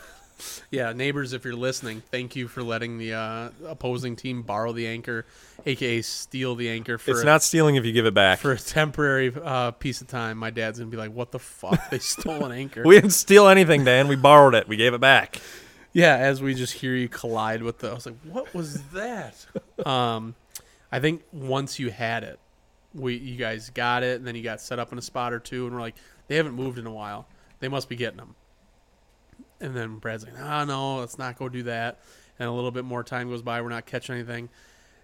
[SPEAKER 3] Yeah, neighbors, if you're listening, thank you for letting the uh, opposing team borrow the anchor, aka steal the anchor for
[SPEAKER 4] it's
[SPEAKER 3] a,
[SPEAKER 4] not stealing if you give it back.
[SPEAKER 3] for a temporary uh, piece of time. My dad's gonna be like, "What the fuck? They stole an anchor."
[SPEAKER 4] we didn't steal anything, Dan. We borrowed it. We gave it back.
[SPEAKER 3] yeah, as we just hear you collide with the, I was like, "What was that?" um, I think once you had it, we you guys got it, and then you got set up in a spot or two, and we're like, "They haven't moved in a while. They must be getting them." And then Brad's like, "Ah, no, let's not go do that." And a little bit more time goes by. We're not catching anything.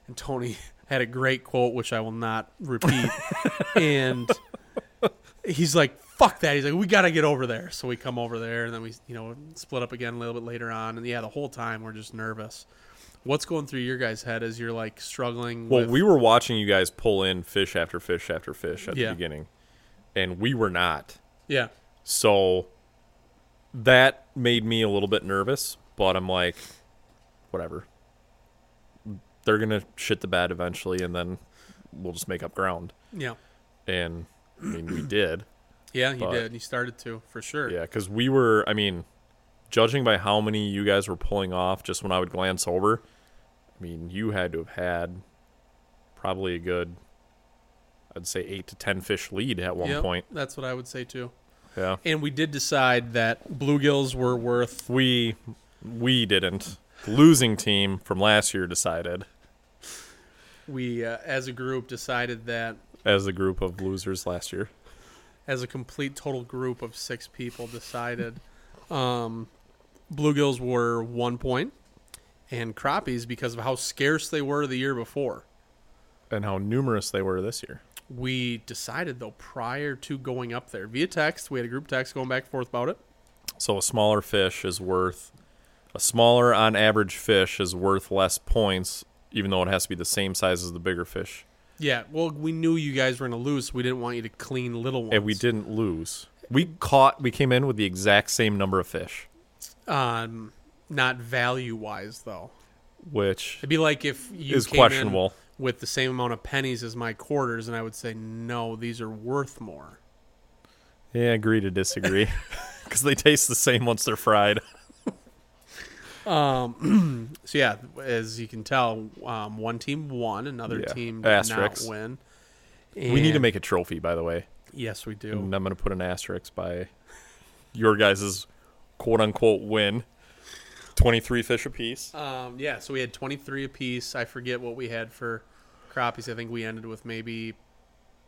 [SPEAKER 3] And Tony had a great quote, which I will not repeat. and he's like, "Fuck that!" He's like, "We got to get over there." So we come over there, and then we, you know, split up again a little bit later on. And yeah, the whole time we're just nervous. What's going through your guys' head as you're like struggling?
[SPEAKER 4] Well,
[SPEAKER 3] with,
[SPEAKER 4] we were watching you guys pull in fish after fish after fish at
[SPEAKER 3] Yeah.
[SPEAKER 4] the beginning, and we were not.
[SPEAKER 3] yeah,
[SPEAKER 4] So that made me a little bit nervous, but I'm like, whatever. They're going to shit the bed eventually, and then we'll just make up ground.
[SPEAKER 3] yeah,
[SPEAKER 4] And I mean, we did.
[SPEAKER 3] yeah. You
[SPEAKER 4] But-
[SPEAKER 3] did. You started to for sure.
[SPEAKER 4] Yeah, because we were, I mean, judging by how many you guys were pulling off just when I would glance over, I mean, you had to have had probably a good, I'd say, eight to 10 fish lead at one
[SPEAKER 3] Yep,
[SPEAKER 4] point.
[SPEAKER 3] That's what I would say too.
[SPEAKER 4] Yeah.
[SPEAKER 3] And we did decide that bluegills were worth.
[SPEAKER 4] We we didn't. The losing team from last year decided,
[SPEAKER 3] We, uh, as a group, decided that
[SPEAKER 4] as the group of losers last year.
[SPEAKER 3] as a complete total group of six people decided um, bluegills were one point and crappies because of how scarce they were the year before
[SPEAKER 4] And how numerous they were this year.
[SPEAKER 3] we decided though prior to going up there via text we had a group text going back and forth about it
[SPEAKER 4] So a smaller fish is worth a smaller on average fish is worth less points, even though it has to be the same size as the bigger fish.
[SPEAKER 3] yeah well we knew you guys were going to lose so we didn't want you to clean little ones
[SPEAKER 4] And we didn't lose. We caught we came in with the exact same number of fish.
[SPEAKER 3] um, not value wise though
[SPEAKER 4] Which
[SPEAKER 3] It'd be like if you
[SPEAKER 4] Is
[SPEAKER 3] came
[SPEAKER 4] questionable.
[SPEAKER 3] in with the same amount of pennies as my quarters, and I would say no, these are worth more.
[SPEAKER 4] yeah, agree to disagree. Because they taste the same once they're fried.
[SPEAKER 3] So yeah, as you can tell, um, one team won, another
[SPEAKER 4] Yeah.
[SPEAKER 3] team did
[SPEAKER 4] Asterisks.
[SPEAKER 3] not win.
[SPEAKER 4] We need to
[SPEAKER 3] And-
[SPEAKER 4] make a trophy, by the way.
[SPEAKER 3] yes, we do.
[SPEAKER 4] And I'm going to put an asterisk by your guys' quote unquote win. 23 fish apiece.
[SPEAKER 3] Um, yeah, so we had twenty three apiece. I forget what we had for crappies. I think we ended with maybe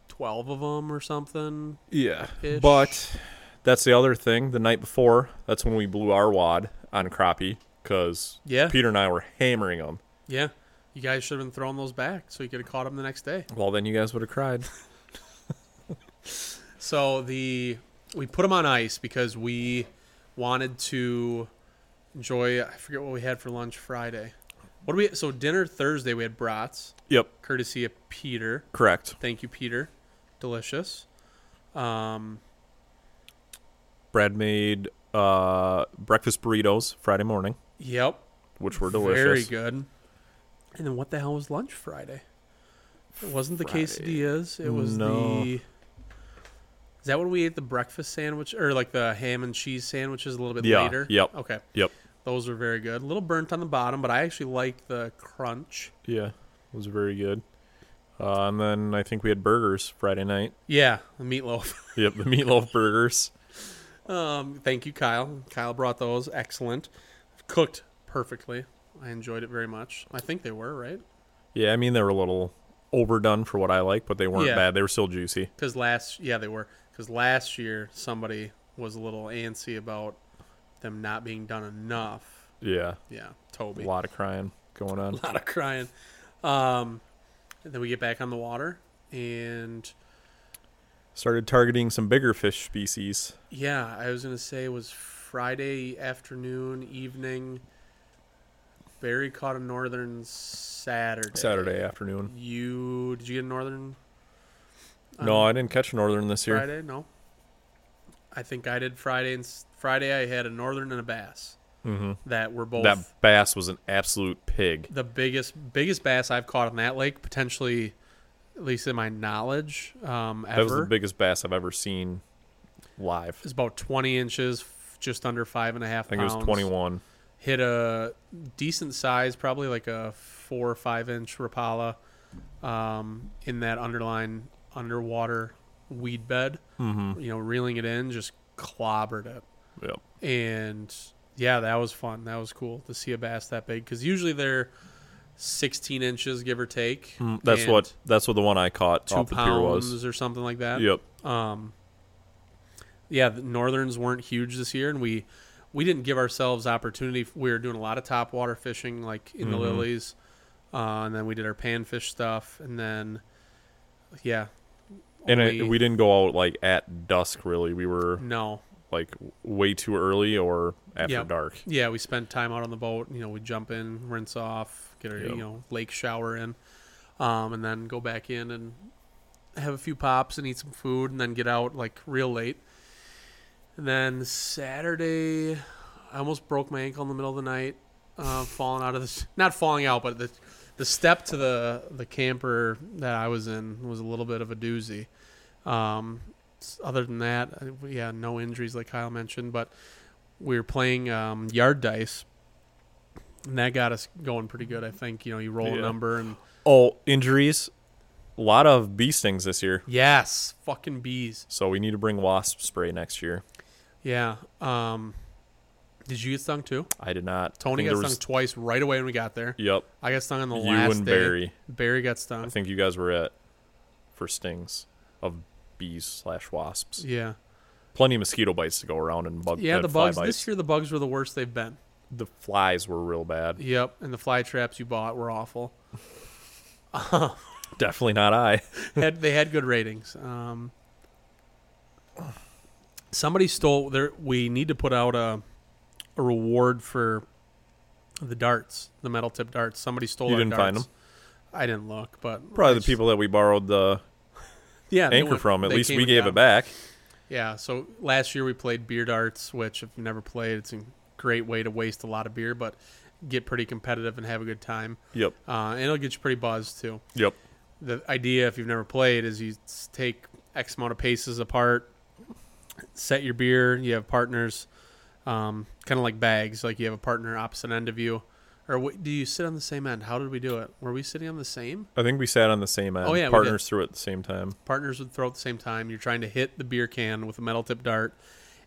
[SPEAKER 3] twelve of them or something.
[SPEAKER 4] Yeah.
[SPEAKER 3] Ish.
[SPEAKER 4] But that's the other thing. The night before, that's when we blew our wad on crappie because
[SPEAKER 3] Yeah.
[SPEAKER 4] Peter and I were hammering them.
[SPEAKER 3] Yeah, you guys should have been throwing those back, so you could have caught them the next day.
[SPEAKER 4] Well, then you guys would have cried.
[SPEAKER 3] So the we put them on ice because we wanted to enjoy. I forget what we had for lunch Friday. What do we? So dinner Thursday we had brats,
[SPEAKER 4] yep.
[SPEAKER 3] courtesy of Peter.
[SPEAKER 4] Correct.
[SPEAKER 3] Thank you, Peter. Delicious.
[SPEAKER 4] Brad made uh, breakfast burritos Friday morning,
[SPEAKER 3] Yep,
[SPEAKER 4] which were delicious.
[SPEAKER 3] very good. And then what the hell was lunch Friday? It wasn't the quesadillas. It was
[SPEAKER 4] No.
[SPEAKER 3] the. Is that when we ate the breakfast sandwich or like the ham and cheese sandwiches a little bit
[SPEAKER 4] Yeah,
[SPEAKER 3] later?
[SPEAKER 4] yep.
[SPEAKER 3] Okay.
[SPEAKER 4] Yep.
[SPEAKER 3] Those are very good. A little burnt on the bottom, but I actually like the crunch.
[SPEAKER 4] Yeah. It was very good. Uh, and then I think we had burgers Friday night.
[SPEAKER 3] Yeah, the meatloaf.
[SPEAKER 4] Yep. The meatloaf burgers.
[SPEAKER 3] um, thank you, Kyle. Kyle brought those. Excellent. Cooked perfectly. I enjoyed it very much. I think they were, right?
[SPEAKER 4] Yeah, I mean they were a little overdone for what I like, but they weren't
[SPEAKER 3] Yeah.
[SPEAKER 4] bad. They were still juicy.
[SPEAKER 3] Because last, yeah, they were. Because last year somebody was a little antsy about them not being done enough.
[SPEAKER 4] Yeah,
[SPEAKER 3] Yeah,
[SPEAKER 4] a
[SPEAKER 3] Toby.
[SPEAKER 4] lot of crying going on.
[SPEAKER 3] lot of crying. Um, and then we get back on the water, and
[SPEAKER 4] Started targeting some bigger fish species.
[SPEAKER 3] Yeah, I was gonna say it was Friday afternoon, evening. Barry caught a northern Saturday.
[SPEAKER 4] Saturday afternoon.
[SPEAKER 3] You did you get a northern
[SPEAKER 4] no, I didn't catch a northern this year.
[SPEAKER 3] Um, Friday? No. I think I did Friday and s- Friday. I had a northern and a bass mm-hmm. that were both
[SPEAKER 4] That bass was an absolute pig.
[SPEAKER 3] the biggest biggest bass I've caught in that lake, potentially, at least in my knowledge, um, ever.
[SPEAKER 4] That was the biggest bass I've ever seen live.
[SPEAKER 3] It's about twenty inches, f- just under five and a half.
[SPEAKER 4] I think it was
[SPEAKER 3] pounds.
[SPEAKER 4] 21.
[SPEAKER 3] hit a decent size, probably like a four or five inch Rapala um, in that underline underwater weed bed. Mm-hmm. You know, reeling it in, just clobbered it.
[SPEAKER 4] Yep.
[SPEAKER 3] And yeah, that was fun. That was cool to see a bass that big because usually they're 16 inches, give or take.
[SPEAKER 4] Mm, That's
[SPEAKER 3] and
[SPEAKER 4] what. That's what the one I caught
[SPEAKER 3] two
[SPEAKER 4] off the pier
[SPEAKER 3] pounds
[SPEAKER 4] was.
[SPEAKER 3] or something like that
[SPEAKER 4] Yep.
[SPEAKER 3] yeah, the northerns weren't huge this year, and we we didn't give ourselves opportunity. We were doing a lot of top water fishing, like in the lilies, Uh, and then we did our panfish stuff, and then yeah,
[SPEAKER 4] And
[SPEAKER 3] only-
[SPEAKER 4] it, we didn't go out like at dusk. Really, we were
[SPEAKER 3] no,
[SPEAKER 4] like way too early or after
[SPEAKER 3] Yeah.
[SPEAKER 4] dark.
[SPEAKER 3] yeah, we spent time out on the boat. You know, we jump in, rinse off, get our
[SPEAKER 4] Yeah.
[SPEAKER 3] you know lake shower in, um, and then go back in and have a few pops and eat some food, and then get out like real late. And then Saturday, I almost broke my ankle in the middle of the night, uh, falling out of the not falling out, but the the step to the the camper that I was in was a little bit of a doozy. Um, s- other than that, uh, we- yeah, no injuries like Kyle mentioned, but we were playing um, yard dice, and that got us going pretty good. I think you know you roll a
[SPEAKER 4] Yeah.
[SPEAKER 3] number and
[SPEAKER 4] Oh, injuries. A lot of bee stings this year,
[SPEAKER 3] yes, fucking bees.
[SPEAKER 4] so we need to bring wasp spray next year.
[SPEAKER 3] Yeah. Um, did you get stung too?
[SPEAKER 4] I did not. I
[SPEAKER 3] Tony
[SPEAKER 4] think
[SPEAKER 3] got
[SPEAKER 4] there
[SPEAKER 3] stung
[SPEAKER 4] was-
[SPEAKER 3] twice right away when we got there.
[SPEAKER 4] Yep.
[SPEAKER 3] I got stung on the
[SPEAKER 4] You
[SPEAKER 3] last
[SPEAKER 4] and
[SPEAKER 3] day.
[SPEAKER 4] Barry.
[SPEAKER 3] Barry got stung.
[SPEAKER 4] I think you guys were at for stings of bees slash wasps.
[SPEAKER 3] yeah.
[SPEAKER 4] Plenty of mosquito bites to go around and bug.
[SPEAKER 3] Yeah,
[SPEAKER 4] uh,
[SPEAKER 3] the
[SPEAKER 4] fly
[SPEAKER 3] bugs
[SPEAKER 4] bites.
[SPEAKER 3] this year the bugs were the worst they've been.
[SPEAKER 4] The flies were real bad.
[SPEAKER 3] Yep, and the fly traps you bought were awful.
[SPEAKER 4] Definitely not I.
[SPEAKER 3] had they had good ratings. Um, somebody stole there. We need to put out a a reward for the darts, the metal tip darts. Somebody stole.
[SPEAKER 4] You
[SPEAKER 3] our
[SPEAKER 4] didn't find
[SPEAKER 3] darts. I didn't look, but
[SPEAKER 4] Probably
[SPEAKER 3] I
[SPEAKER 4] the people that we borrowed the
[SPEAKER 3] yeah they
[SPEAKER 4] anchor
[SPEAKER 3] went-
[SPEAKER 4] from. At
[SPEAKER 3] they
[SPEAKER 4] least
[SPEAKER 3] came
[SPEAKER 4] we
[SPEAKER 3] and
[SPEAKER 4] gave
[SPEAKER 3] got
[SPEAKER 4] it back.
[SPEAKER 3] Yeah, so last year we played beer darts, which if you've never played, it's a great way to waste a lot of beer, but get pretty competitive and have a good time.
[SPEAKER 4] Yep.
[SPEAKER 3] Uh, and it'll get you pretty buzzed too.
[SPEAKER 4] Yep.
[SPEAKER 3] the idea if you've never played is you s- take x amount of paces apart set your beer you have partners um, kind of like bags like you have a partner opposite end of you or what, do you sit on the same end how did we do it were we sitting on the same
[SPEAKER 4] I think we sat on the same end.
[SPEAKER 3] Oh, yeah, we did.
[SPEAKER 4] Partners threw it at the same time.
[SPEAKER 3] partners would throw at the same time you're trying to hit the beer can with a metal tip dart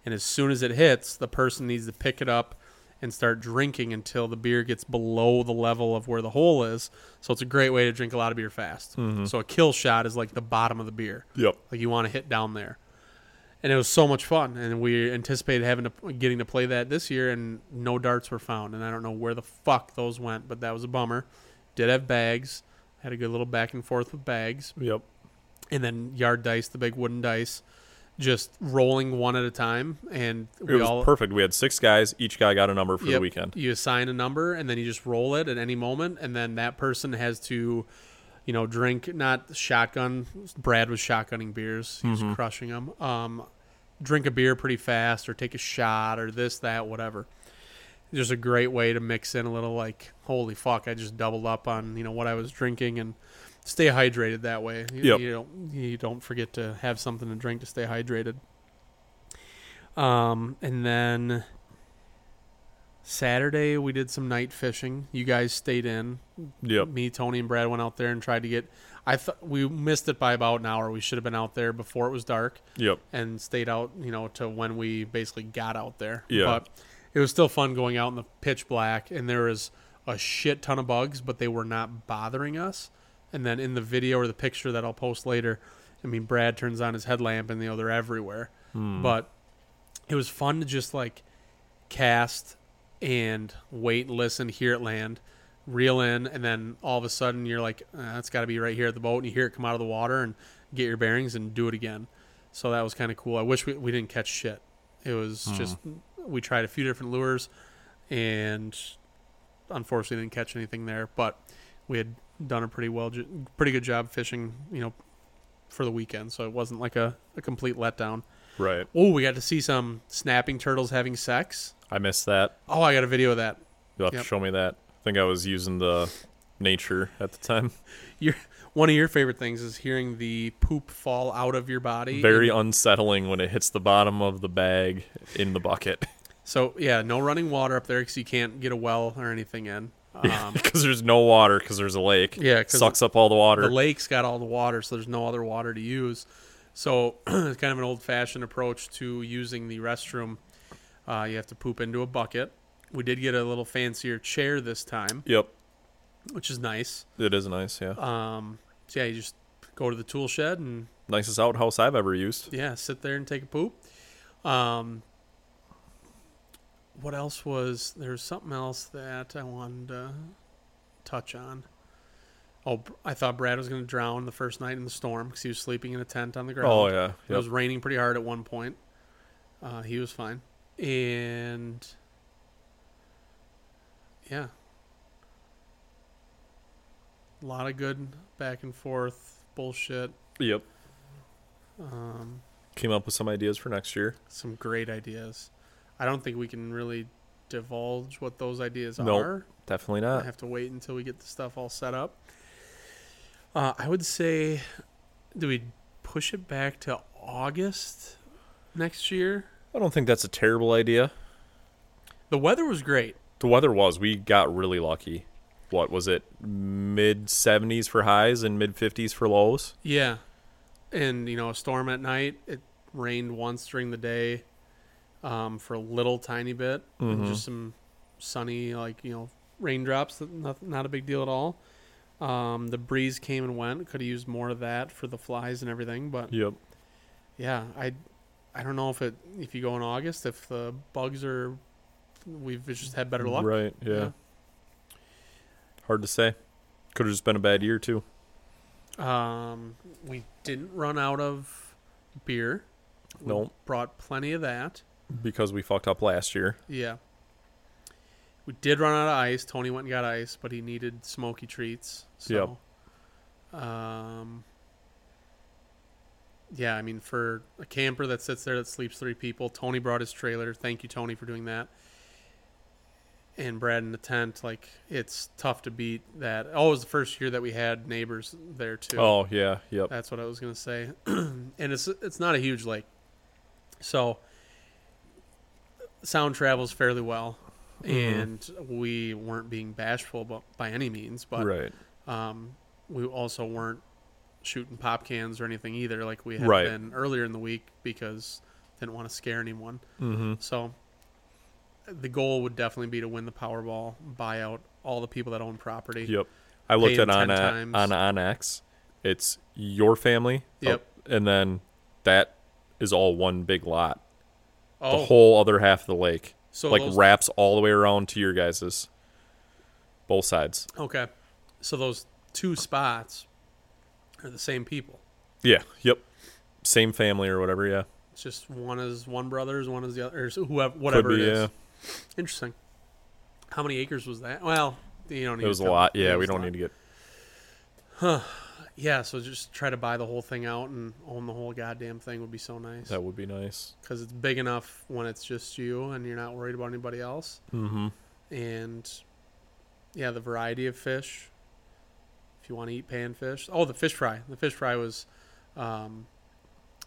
[SPEAKER 3] and as soon as it hits the person needs to pick it up and start drinking until the beer gets below the level of where the hole is so it's a great way to drink a lot of beer fast so a kill shot is like the bottom of the beer
[SPEAKER 4] Yep.
[SPEAKER 3] like you want to hit down there. And it was so much fun, and we anticipated having to getting to play that this year, and no darts were found, and I don't know where the fuck those went, but that was a bummer. Did have bags, had a good little back and forth with bags,
[SPEAKER 4] Yep.
[SPEAKER 3] and then yard dice, the big wooden dice, just rolling one at a time, and
[SPEAKER 4] It
[SPEAKER 3] we
[SPEAKER 4] was
[SPEAKER 3] all
[SPEAKER 4] perfect. We had six guys. Each guy got a number for the
[SPEAKER 3] Yep.
[SPEAKER 4] weekend.
[SPEAKER 3] You assign a number and then you just roll it at any moment, and then that person has to, you know, drink not shotgun. Brad was shotgunning beers. He
[SPEAKER 4] Mm-hmm.
[SPEAKER 3] was crushing them. Um, drink a beer pretty fast, or take a shot, or this, that, whatever. Just a great way to mix in a little like, holy fuck, I just doubled up on you know what I was drinking and stay hydrated that way. You,
[SPEAKER 4] Yep.
[SPEAKER 3] you don't you don't forget to have something to drink to stay hydrated. Um, and then Saturday we did some night fishing. You guys stayed in.
[SPEAKER 4] Yep.
[SPEAKER 3] Me, Tony, and Brad went out there and tried to get. I thought we missed it by about an hour. We should have been out there before it was dark
[SPEAKER 4] Yep.
[SPEAKER 3] and stayed out, you know, to when we basically got out there.
[SPEAKER 4] Yeah.
[SPEAKER 3] But it was still fun going out in the pitch black, and there was a shit ton of bugs, but they were not bothering us. And then in the video or the picture that I'll post later, I mean, Brad turns on his headlamp, and you know they're everywhere.
[SPEAKER 4] Hmm.
[SPEAKER 3] But it was fun to just like cast and wait, listen, hear it land, reel in, and then all of a sudden you're like, uh, it's got to be right here at the boat, and you hear it come out of the water and get your bearings and do it again. So that was kind of cool. I wish we, we didn't catch shit. It was just, we tried a few different lures and unfortunately didn't catch anything there, but we had done a pretty well, j- pretty good job fishing, you know, for the weekend. So it wasn't like a, a complete letdown.
[SPEAKER 4] Right.
[SPEAKER 3] Oh, we got to see some snapping turtles having sex.
[SPEAKER 4] I missed that.
[SPEAKER 3] Oh, I got a video of that.
[SPEAKER 4] You'll have
[SPEAKER 3] Yep.
[SPEAKER 4] to show me that. I think I was using the nature at the time.
[SPEAKER 3] Your one of your favorite things is hearing the poop fall out of your body.
[SPEAKER 4] Very unsettling when it hits the bottom of the bag in the bucket
[SPEAKER 3] so yeah, no running water up there because you can't get a well or anything in. Um,
[SPEAKER 4] because there's no water because there's a lake.
[SPEAKER 3] Yeah, 'cause
[SPEAKER 4] sucks up all the water.
[SPEAKER 3] the lake's got all the water, so there's no other water to use. So it's kind of an old-fashioned approach to using the restroom. Uh, you have to poop into a bucket. We did get a little fancier chair this time,
[SPEAKER 4] yep,
[SPEAKER 3] which is nice.
[SPEAKER 4] it is nice. Yeah,
[SPEAKER 3] Um, so yeah, you just go to the tool shed and
[SPEAKER 4] nicest outhouse I've ever used.
[SPEAKER 3] yeah, sit there and take a poop. Um, what else was there? Was something else that I wanted to touch on? Oh, Br- I thought Brad was going to drown the first night in the storm because he was sleeping in a tent on the ground.
[SPEAKER 4] Oh yeah,
[SPEAKER 3] It was
[SPEAKER 4] Yep.
[SPEAKER 3] raining pretty hard at one point. Uh, he was fine. And yeah. A lot of good back and forth bullshit.
[SPEAKER 4] Yep.
[SPEAKER 3] Um,
[SPEAKER 4] Came up with some ideas for next year.
[SPEAKER 3] some great ideas. I don't think we can really divulge what those ideas
[SPEAKER 4] Nope. Uh.
[SPEAKER 3] are.
[SPEAKER 4] Definitely
[SPEAKER 3] I
[SPEAKER 4] not.
[SPEAKER 3] have to wait until we get the stuff all set up. Uh, I would say, do we push it back to August next year?
[SPEAKER 4] I don't think that's a terrible idea.
[SPEAKER 3] The weather was great.
[SPEAKER 4] The weather was. We got really lucky. What was it? Mid 70s for highs and mid 50s for lows.
[SPEAKER 3] Yeah. And, you know, a storm at night. It rained once during the day um, for a little tiny bit. and
[SPEAKER 4] Mhm.
[SPEAKER 3] Just some sunny, like, you know, raindrops. that- Not, not a big deal at all. Um, the breeze came and went. Could have used more of that for the flies and everything. But
[SPEAKER 4] Yep.
[SPEAKER 3] yeah, I, I don't know if it if you go in August if the bugs are, we've just had better luck.
[SPEAKER 4] Right. Yeah.
[SPEAKER 3] Yeah.
[SPEAKER 4] Hard to say. Could have just been a bad year too.
[SPEAKER 3] Um, we didn't run out of beer. We
[SPEAKER 4] Nope.
[SPEAKER 3] Brought plenty of that.
[SPEAKER 4] because we fucked up last year.
[SPEAKER 3] Yeah. We did run out of ice. Tony went and got ice, but he needed smoky treats. So, um, yeah, I mean, for a camper that sits there that sleeps three people, Tony brought his trailer. Thank you, Tony, for doing that. And Brad in the tent, like it's tough to beat that. Oh, it was the first year that we had neighbors there too.
[SPEAKER 4] Oh yeah, yep.
[SPEAKER 3] That's what I was gonna say. and it's it's not a huge lake, so sound travels fairly well.
[SPEAKER 4] Mm-hmm.
[SPEAKER 3] And we weren't being bashful, but by any means, but
[SPEAKER 4] right.
[SPEAKER 3] um, we also weren't shooting pop cans or anything either, like we had
[SPEAKER 4] Right.
[SPEAKER 3] been earlier in the week, because didn't want to scare anyone.
[SPEAKER 4] Mm-hmm.
[SPEAKER 3] So the goal would definitely be to win the Powerball, buy out all the people that own property.
[SPEAKER 4] Yep. I looked
[SPEAKER 3] Pay
[SPEAKER 4] at on uh,
[SPEAKER 3] 'em 10
[SPEAKER 4] on
[SPEAKER 3] times.
[SPEAKER 4] Onyx. It's your family.
[SPEAKER 3] Yep.
[SPEAKER 4] oh, and then that is all one big lot.
[SPEAKER 3] Oh,
[SPEAKER 4] The whole other half of the lake,
[SPEAKER 3] so
[SPEAKER 4] like
[SPEAKER 3] those-
[SPEAKER 4] wraps all the way around to your guys's. Both sides.
[SPEAKER 3] Okay. So those two spots are the same people.
[SPEAKER 4] Yeah. Yep. Same family or whatever. Yeah.
[SPEAKER 3] It's just one is one brother's, one is the other, or is whoever, whatever
[SPEAKER 4] be,
[SPEAKER 3] it is.
[SPEAKER 4] yeah.
[SPEAKER 3] Interesting. How many acres was that? Well, you don't need
[SPEAKER 4] It was
[SPEAKER 3] to
[SPEAKER 4] a
[SPEAKER 3] tell
[SPEAKER 4] lot.
[SPEAKER 3] me.
[SPEAKER 4] Yeah.
[SPEAKER 3] It
[SPEAKER 4] We
[SPEAKER 3] was a
[SPEAKER 4] don't
[SPEAKER 3] lot.
[SPEAKER 4] need to get.
[SPEAKER 3] Yeah, so just try to buy the whole thing out and own the whole goddamn thing would be so nice.
[SPEAKER 4] That would be nice.
[SPEAKER 3] Because it's big enough when it's just you and you're not worried about anybody else.
[SPEAKER 4] Mm-hmm.
[SPEAKER 3] and yeah, the variety of fish. If you want to eat panfish, oh, the fish fry. The fish fry was um,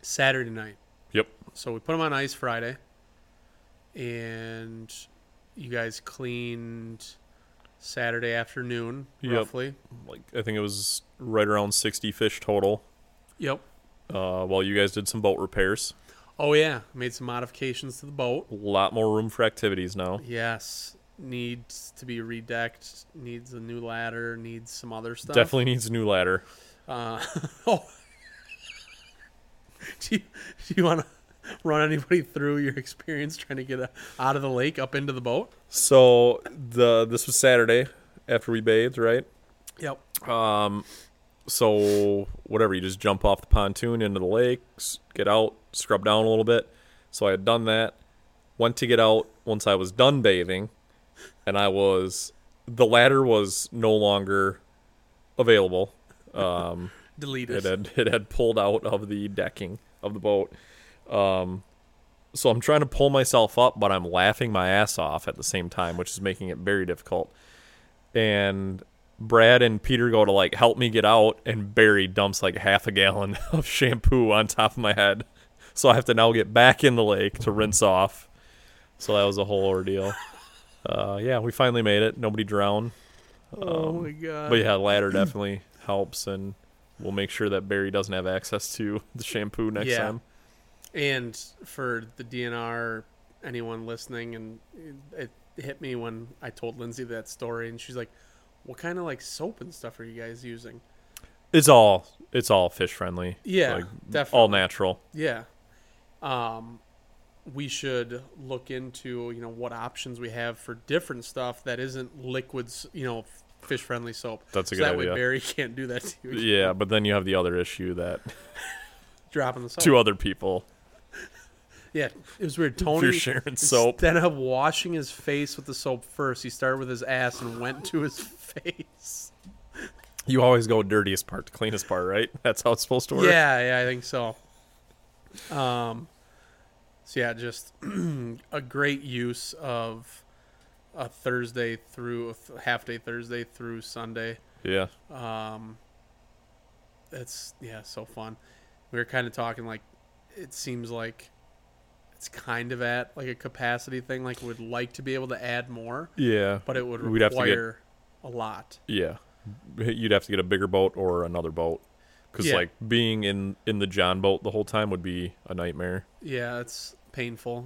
[SPEAKER 3] Saturday night.
[SPEAKER 4] Yep.
[SPEAKER 3] So we put them on ice Friday, and you guys cleaned Saturday afternoon
[SPEAKER 4] Yep.
[SPEAKER 3] roughly.
[SPEAKER 4] Like I think it was right around sixty fish total.
[SPEAKER 3] Yep.
[SPEAKER 4] Uh, while you guys did some boat repairs.
[SPEAKER 3] Oh yeah, made some modifications to the boat.
[SPEAKER 4] a lot more room for activities now.
[SPEAKER 3] Yes, needs to be redecked. Needs a new ladder. Needs some other stuff.
[SPEAKER 4] Definitely needs a new ladder.
[SPEAKER 3] Uh, oh. do you, do you want to run anybody through your experience trying to get uh out of the lake up into the boat?
[SPEAKER 4] So the this was Saturday after we bathed, right?
[SPEAKER 3] Yep.
[SPEAKER 4] So whatever, you just jump off the pontoon into the lake, s- get out, scrub down a little bit. So I had done that. Went to get out once I was done bathing, and I was the ladder was no longer available. Um,
[SPEAKER 3] Deleted.
[SPEAKER 4] it had it had pulled out of the decking of the boat. Um, so I'm trying to pull myself up, but I'm laughing my ass off at the same time, which is making it very difficult. And Brad and Peter go to like help me get out, and Barry dumps like half a gallon of shampoo on top of my head, so I have to now get back in the lake to rinse off. So that was a whole ordeal. Uh, yeah, we finally made it. Nobody drowned.
[SPEAKER 3] oh my god.
[SPEAKER 4] Um, But yeah, ladder definitely helps, and we'll make sure that Barry doesn't have access to the shampoo next
[SPEAKER 3] Yeah.
[SPEAKER 4] time.
[SPEAKER 3] And for the DNR, anyone listening, and it it hit me when I told Lindsay that story, and she's like, "What kind of like soap and stuff are you guys using?"
[SPEAKER 4] It's all it's all fish friendly.
[SPEAKER 3] Yeah,
[SPEAKER 4] Like,
[SPEAKER 3] definitely.
[SPEAKER 4] all natural.
[SPEAKER 3] Yeah. Um, we should look into you know what options we have for different stuff that isn't liquids. You know, f- fish friendly soap.
[SPEAKER 4] That's a
[SPEAKER 3] so
[SPEAKER 4] good
[SPEAKER 3] that way
[SPEAKER 4] idea.
[SPEAKER 3] Barry can't do that to you. again.
[SPEAKER 4] Yeah, but then you have the other issue that
[SPEAKER 3] Dropping the soap.
[SPEAKER 4] two other people
[SPEAKER 3] Yeah, it was weird.
[SPEAKER 4] if
[SPEAKER 3] Tony
[SPEAKER 4] you're sharing soap.
[SPEAKER 3] Instead of washing his face with the soap first, he started with his ass and went to his face.
[SPEAKER 4] You always go dirtiest part to cleanest part, right? That's how it's supposed to work.
[SPEAKER 3] Yeah, yeah, I think so. Um, so yeah, just a great use of a Thursday through a half day Thursday through Sunday.
[SPEAKER 4] Yeah.
[SPEAKER 3] It's yeah, so fun. We were kind of talking like it seems like it's kind of at like a capacity thing. Like would like to be able to add more,
[SPEAKER 4] Yeah.
[SPEAKER 3] but it would
[SPEAKER 4] We'd have to get-
[SPEAKER 3] require a lot.
[SPEAKER 4] Yeah, you'd have to get a bigger boat or another boat, because
[SPEAKER 3] Yeah.
[SPEAKER 4] like being in in the John boat the whole time would be a nightmare.
[SPEAKER 3] Yeah, it's painful.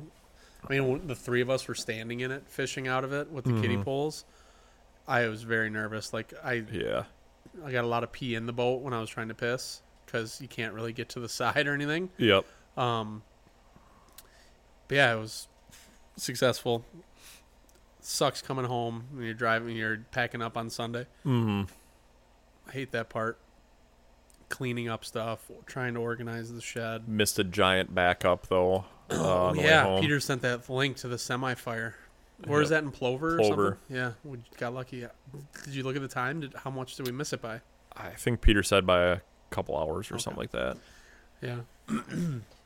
[SPEAKER 3] I mean, when the three of us were standing in it, fishing out of it with the kiddie poles. I was very nervous. Like I,
[SPEAKER 4] Yeah,
[SPEAKER 3] I got a lot of pee in the boat when I was trying to piss because you can't really get to the side or anything.
[SPEAKER 4] yep.
[SPEAKER 3] But yeah, it was successful. Sucks coming home and you're driving, you're packing up on Sunday. Mm-hmm. I hate that part. Cleaning up stuff, trying to organize the shed.
[SPEAKER 4] Missed a giant backup though. Uh, on the way
[SPEAKER 3] yeah,
[SPEAKER 4] home.
[SPEAKER 3] Peter sent that link to the semi fire. Where is
[SPEAKER 4] Yep.
[SPEAKER 3] that in Plover? Or
[SPEAKER 4] Plover.
[SPEAKER 3] something? Yeah, we got lucky. Did you look at the time? Did how much did we miss it by?
[SPEAKER 4] I think Peter said by a couple hours or something like that.
[SPEAKER 3] Yeah.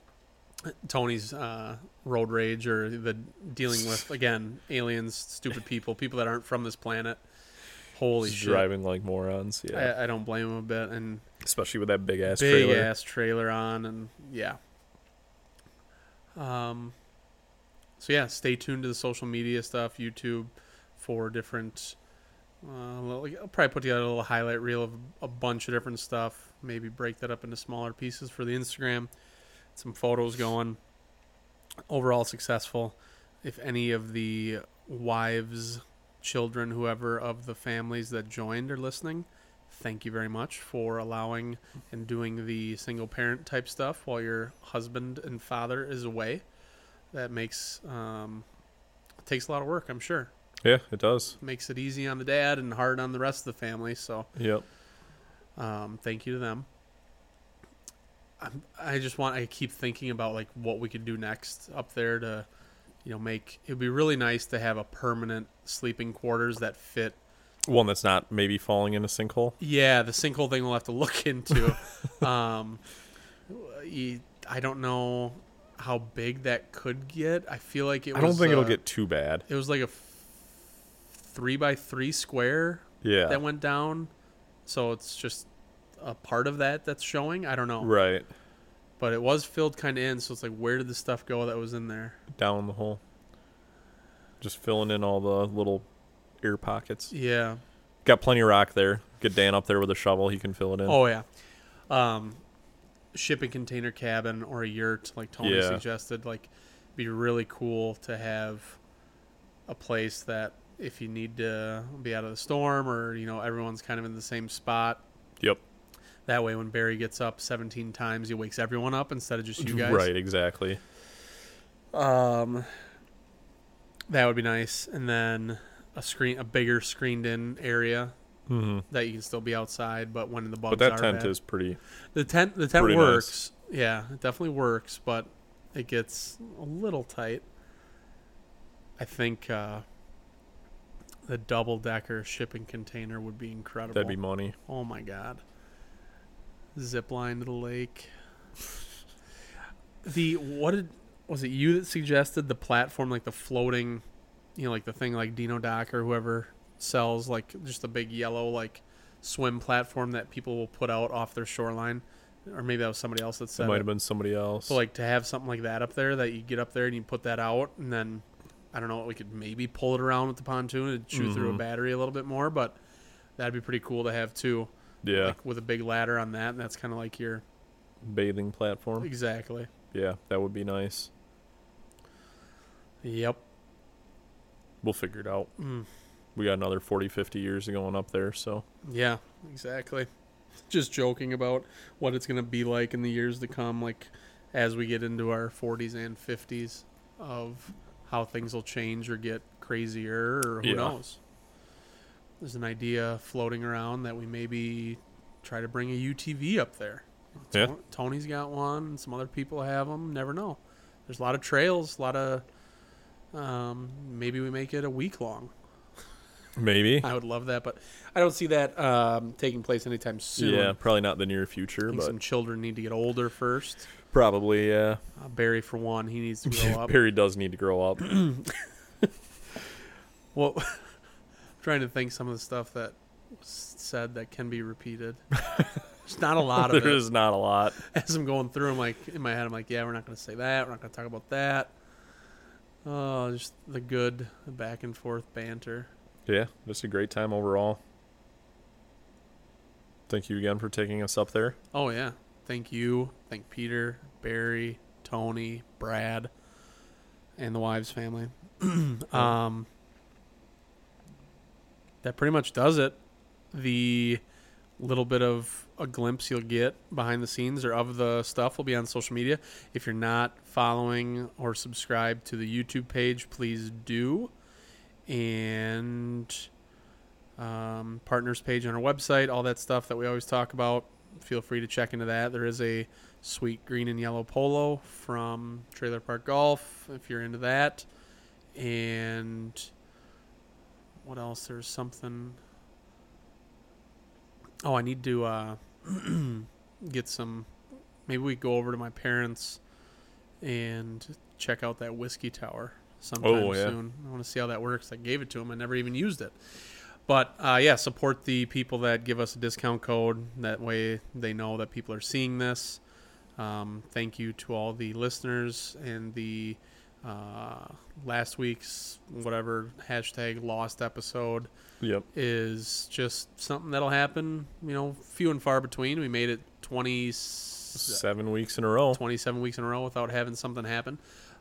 [SPEAKER 3] Tony's uh, road rage or the dealing with again aliens, stupid people, people that aren't from this planet. Holy
[SPEAKER 4] Just
[SPEAKER 3] shit!
[SPEAKER 4] driving like morons. Yeah,
[SPEAKER 3] I, I don't blame him a bit. And
[SPEAKER 4] especially with that big ass
[SPEAKER 3] big
[SPEAKER 4] trailer.
[SPEAKER 3] ass trailer on, and yeah. Um. So yeah, stay tuned to the social media stuff, YouTube, for different. Uh, little- I'll probably put together a little highlight reel of a bunch of different stuff. Maybe break that up into smaller pieces for the Instagram. Some photos going. Overall successful. If any of the wives, children, whoever of the families that joined are listening, thank you very much for allowing and doing the single parent type stuff while your husband and father is away. That makes um, takes a lot of work, I'm sure.
[SPEAKER 4] Yeah, it does.
[SPEAKER 3] Makes it easy on the dad and hard on the rest of the family. So
[SPEAKER 4] Yep.
[SPEAKER 3] um, thank you to them. I'm, I just want I keep thinking about like what we could do next up there to, you know, make it'd be really nice to have a permanent sleeping quarters that fit
[SPEAKER 4] One that's not maybe falling in a sinkhole.
[SPEAKER 3] Yeah, the sinkhole thing we'll have to look into. um, you- I don't know how big that could get. I feel like it.
[SPEAKER 4] I don't
[SPEAKER 3] was,
[SPEAKER 4] think it'll
[SPEAKER 3] uh,
[SPEAKER 4] get too bad.
[SPEAKER 3] It was like a f- three by three square
[SPEAKER 4] Yeah.
[SPEAKER 3] that went down, so it's just a part of that that's showing. I don't know,
[SPEAKER 4] right
[SPEAKER 3] but it was filled kind of in, so it's like where did the stuff go that was in there?
[SPEAKER 4] down the hole. Just filling in all the little air pockets.
[SPEAKER 3] Yeah.
[SPEAKER 4] Got plenty of rock there. Get Dan up there with a shovel; he can fill it in.
[SPEAKER 3] Oh yeah. Um, shipping container cabin or a yurt, like Tony
[SPEAKER 4] Yeah.
[SPEAKER 3] suggested, like be really cool to have a place that if you need to be out of the storm or you know everyone's kind of in the same spot.
[SPEAKER 4] yep.
[SPEAKER 3] That way, when Barry gets up 17 times, he wakes everyone up instead of just you guys.
[SPEAKER 4] Right, exactly.
[SPEAKER 3] Um, that would be nice, and then a screen, a bigger screened-in area
[SPEAKER 4] hmm
[SPEAKER 3] that you can still be outside, but when the bugs
[SPEAKER 4] But that
[SPEAKER 3] are
[SPEAKER 4] tent
[SPEAKER 3] bad.
[SPEAKER 4] is pretty.
[SPEAKER 3] The tent, the tent
[SPEAKER 4] Pretty nice.
[SPEAKER 3] works. Yeah, it definitely works, but it gets a little tight. I think uh, the double decker shipping container would be incredible.
[SPEAKER 4] That'd be money.
[SPEAKER 3] oh my god! Zip line to the lake. the what did was it you that suggested the platform like the floating, you know, like the thing like Dino Doc or whoever sells like just a big yellow like swim platform that people will put out off their shoreline, or maybe that was somebody else that
[SPEAKER 4] That
[SPEAKER 3] said
[SPEAKER 4] might
[SPEAKER 3] it.
[SPEAKER 4] have been somebody else.
[SPEAKER 3] So like to have something like that up there that you get up there and you put that out and then I don't know we could maybe pull it around with the pontoon and chew through a battery a little bit more, but that'd be pretty cool to have too.
[SPEAKER 4] yeah,
[SPEAKER 3] Like with a big ladder on that, and that's kind of like your
[SPEAKER 4] bathing platform.
[SPEAKER 3] exactly.
[SPEAKER 4] Yeah, that would be nice.
[SPEAKER 3] Yep.
[SPEAKER 4] We'll figure it out.
[SPEAKER 3] Hmm.
[SPEAKER 4] We got another 40, 50 years going up there, so
[SPEAKER 3] Yeah. Exactly. Just joking about what it's gonna be like in the years to come, like as we get into our 40s and 50s, of how things will change or get crazier, or who
[SPEAKER 4] Yeah.
[SPEAKER 3] knows. There's an idea floating around that we maybe try to bring a UTV up there.
[SPEAKER 4] Yeah.
[SPEAKER 3] Ton- Tony's got one. and Some other people have them. Never know. There's a lot of trails. A lot of. Um, maybe we make it a week long.
[SPEAKER 4] Maybe.
[SPEAKER 3] I would love that, but I don't see that um, taking place anytime soon.
[SPEAKER 4] Yeah, probably not the near future,
[SPEAKER 3] I think
[SPEAKER 4] but
[SPEAKER 3] some children need to get older first.
[SPEAKER 4] probably. Yeah,
[SPEAKER 3] Uh, Barry, for one, he needs to grow up.
[SPEAKER 4] Perry does need to grow up.
[SPEAKER 3] Well, I'm trying to think some of the stuff that was said that can be repeated. There's not a lot of
[SPEAKER 4] there
[SPEAKER 3] it.
[SPEAKER 4] is not a lot.
[SPEAKER 3] As I'm going through, I'm like in my head, I'm like, yeah, we're not going to say that. We're not going to talk about that. Oh, just the good back and forth banter.
[SPEAKER 4] Yeah, just a great time overall. Thank you again for taking us up there.
[SPEAKER 3] Oh yeah, thank you, thank Peter, Barry, Tony, Brad, and the wives family. um, that pretty much does it. The little bit of a glimpse you'll get behind the scenes or of the stuff will be on social media. If you're not following or subscribed to the YouTube page, please do. And um, partners page on our website, all that stuff that we always talk about. Feel free to check into that. There is a sweet green and yellow polo from Trailer Park Golf if you're into that. And what else? There's something. Oh, I need to uh, get some. Maybe we go over to my parents and check out that whiskey tower sometime
[SPEAKER 4] Oh, yeah.
[SPEAKER 3] soon. I want to see how that works. I gave it to him. I never even used it. But uh, yeah, support the people that give us a discount code. That way they know that people are seeing this. Um, thank you to all the listeners and the uh, last week's whatever hashtag lost episode
[SPEAKER 4] Yep.
[SPEAKER 3] is just something that'll happen, you know, few and far between. We made it 20,
[SPEAKER 4] Seven weeks in a row.
[SPEAKER 3] 27 weeks in a row without having something happen.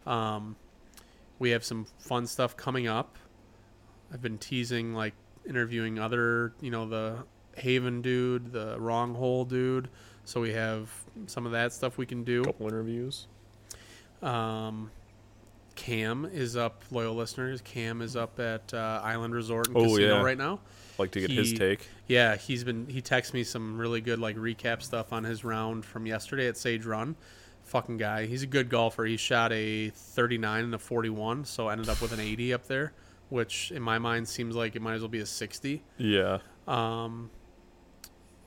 [SPEAKER 3] Um, we have some fun stuff coming up. I've been teasing like interviewing other, you know, the Haven dude, the Wrong Hole dude. So we have some of that stuff we can do.
[SPEAKER 4] couple interviews.
[SPEAKER 3] Um, Cam is up, loyal listeners. Cam is up at uh, Island Resort and
[SPEAKER 4] Oh,
[SPEAKER 3] Casino
[SPEAKER 4] yeah.
[SPEAKER 3] right now.
[SPEAKER 4] Like to get his
[SPEAKER 3] He-
[SPEAKER 4] take.
[SPEAKER 3] Yeah, he's been he texts me some really good like recap stuff on his round from yesterday at Sage Run. Fucking guy, he's a good golfer. He shot a 39 and a 41, so ended up with an 80 up there, which in my mind seems like it might as well be a 60.
[SPEAKER 4] Yeah.
[SPEAKER 3] Um,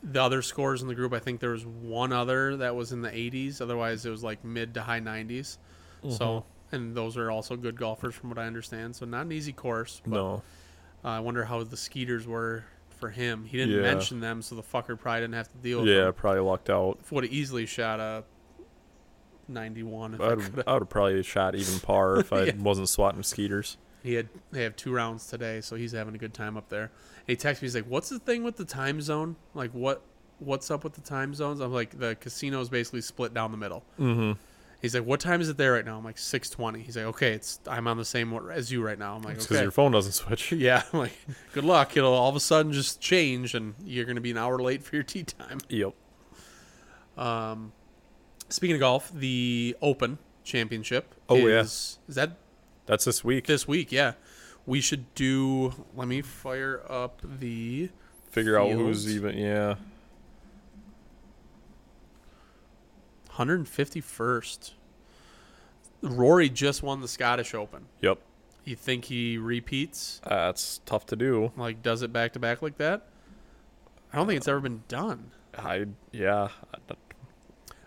[SPEAKER 3] the other scores in the group, I think there was one other that was in the 80s. Otherwise, it was like mid to high 90s. So,
[SPEAKER 4] Mm-hmm.
[SPEAKER 3] and those are also good golfers from what I understand. So, not an easy course. But,
[SPEAKER 4] No.
[SPEAKER 3] uh, I wonder how the Skeeters were for him. He didn't
[SPEAKER 4] Yeah.
[SPEAKER 3] mention them, so the fucker probably didn't have to deal. with
[SPEAKER 4] Yeah, probably lucked out.
[SPEAKER 3] would have easily shot a 91. If I
[SPEAKER 4] I'd,
[SPEAKER 3] coulda.
[SPEAKER 4] I would have probably shot even par if I
[SPEAKER 3] Yeah.
[SPEAKER 4] wasn't swatting skeeters.
[SPEAKER 3] He had they have two rounds today, so he's having a good time up there. And he texts me, he's like, "What's the thing with the time zone? Like, what what's up with the time zones?" I'm like, "The casino is basically split down the middle." Mm-hmm. He's like, "What time is it there right now?" I'm like, "6:20." He's like, "Okay, it's I'm on the same one as you right now." I'm like,
[SPEAKER 4] It's because
[SPEAKER 3] "Okay."
[SPEAKER 4] your phone doesn't switch.
[SPEAKER 3] Yeah, I'm like, good luck. It'll all of a sudden just change, and you're going to be an hour late for your tea time.
[SPEAKER 4] Yep.
[SPEAKER 3] Speaking of golf, the Open Championship.
[SPEAKER 4] Oh, yeah.
[SPEAKER 3] is, is that
[SPEAKER 4] That's this week.
[SPEAKER 3] this week? Yeah, we should do. Let me fire up the.
[SPEAKER 4] Figure out who's
[SPEAKER 3] Fields.
[SPEAKER 4] even. Yeah.
[SPEAKER 3] 151st. Rory just won the Scottish Open.
[SPEAKER 4] Yep.
[SPEAKER 3] You think he repeats,
[SPEAKER 4] That's tough to do.
[SPEAKER 3] like does it back to back like that? I don't think it's ever been done.
[SPEAKER 4] I yeah.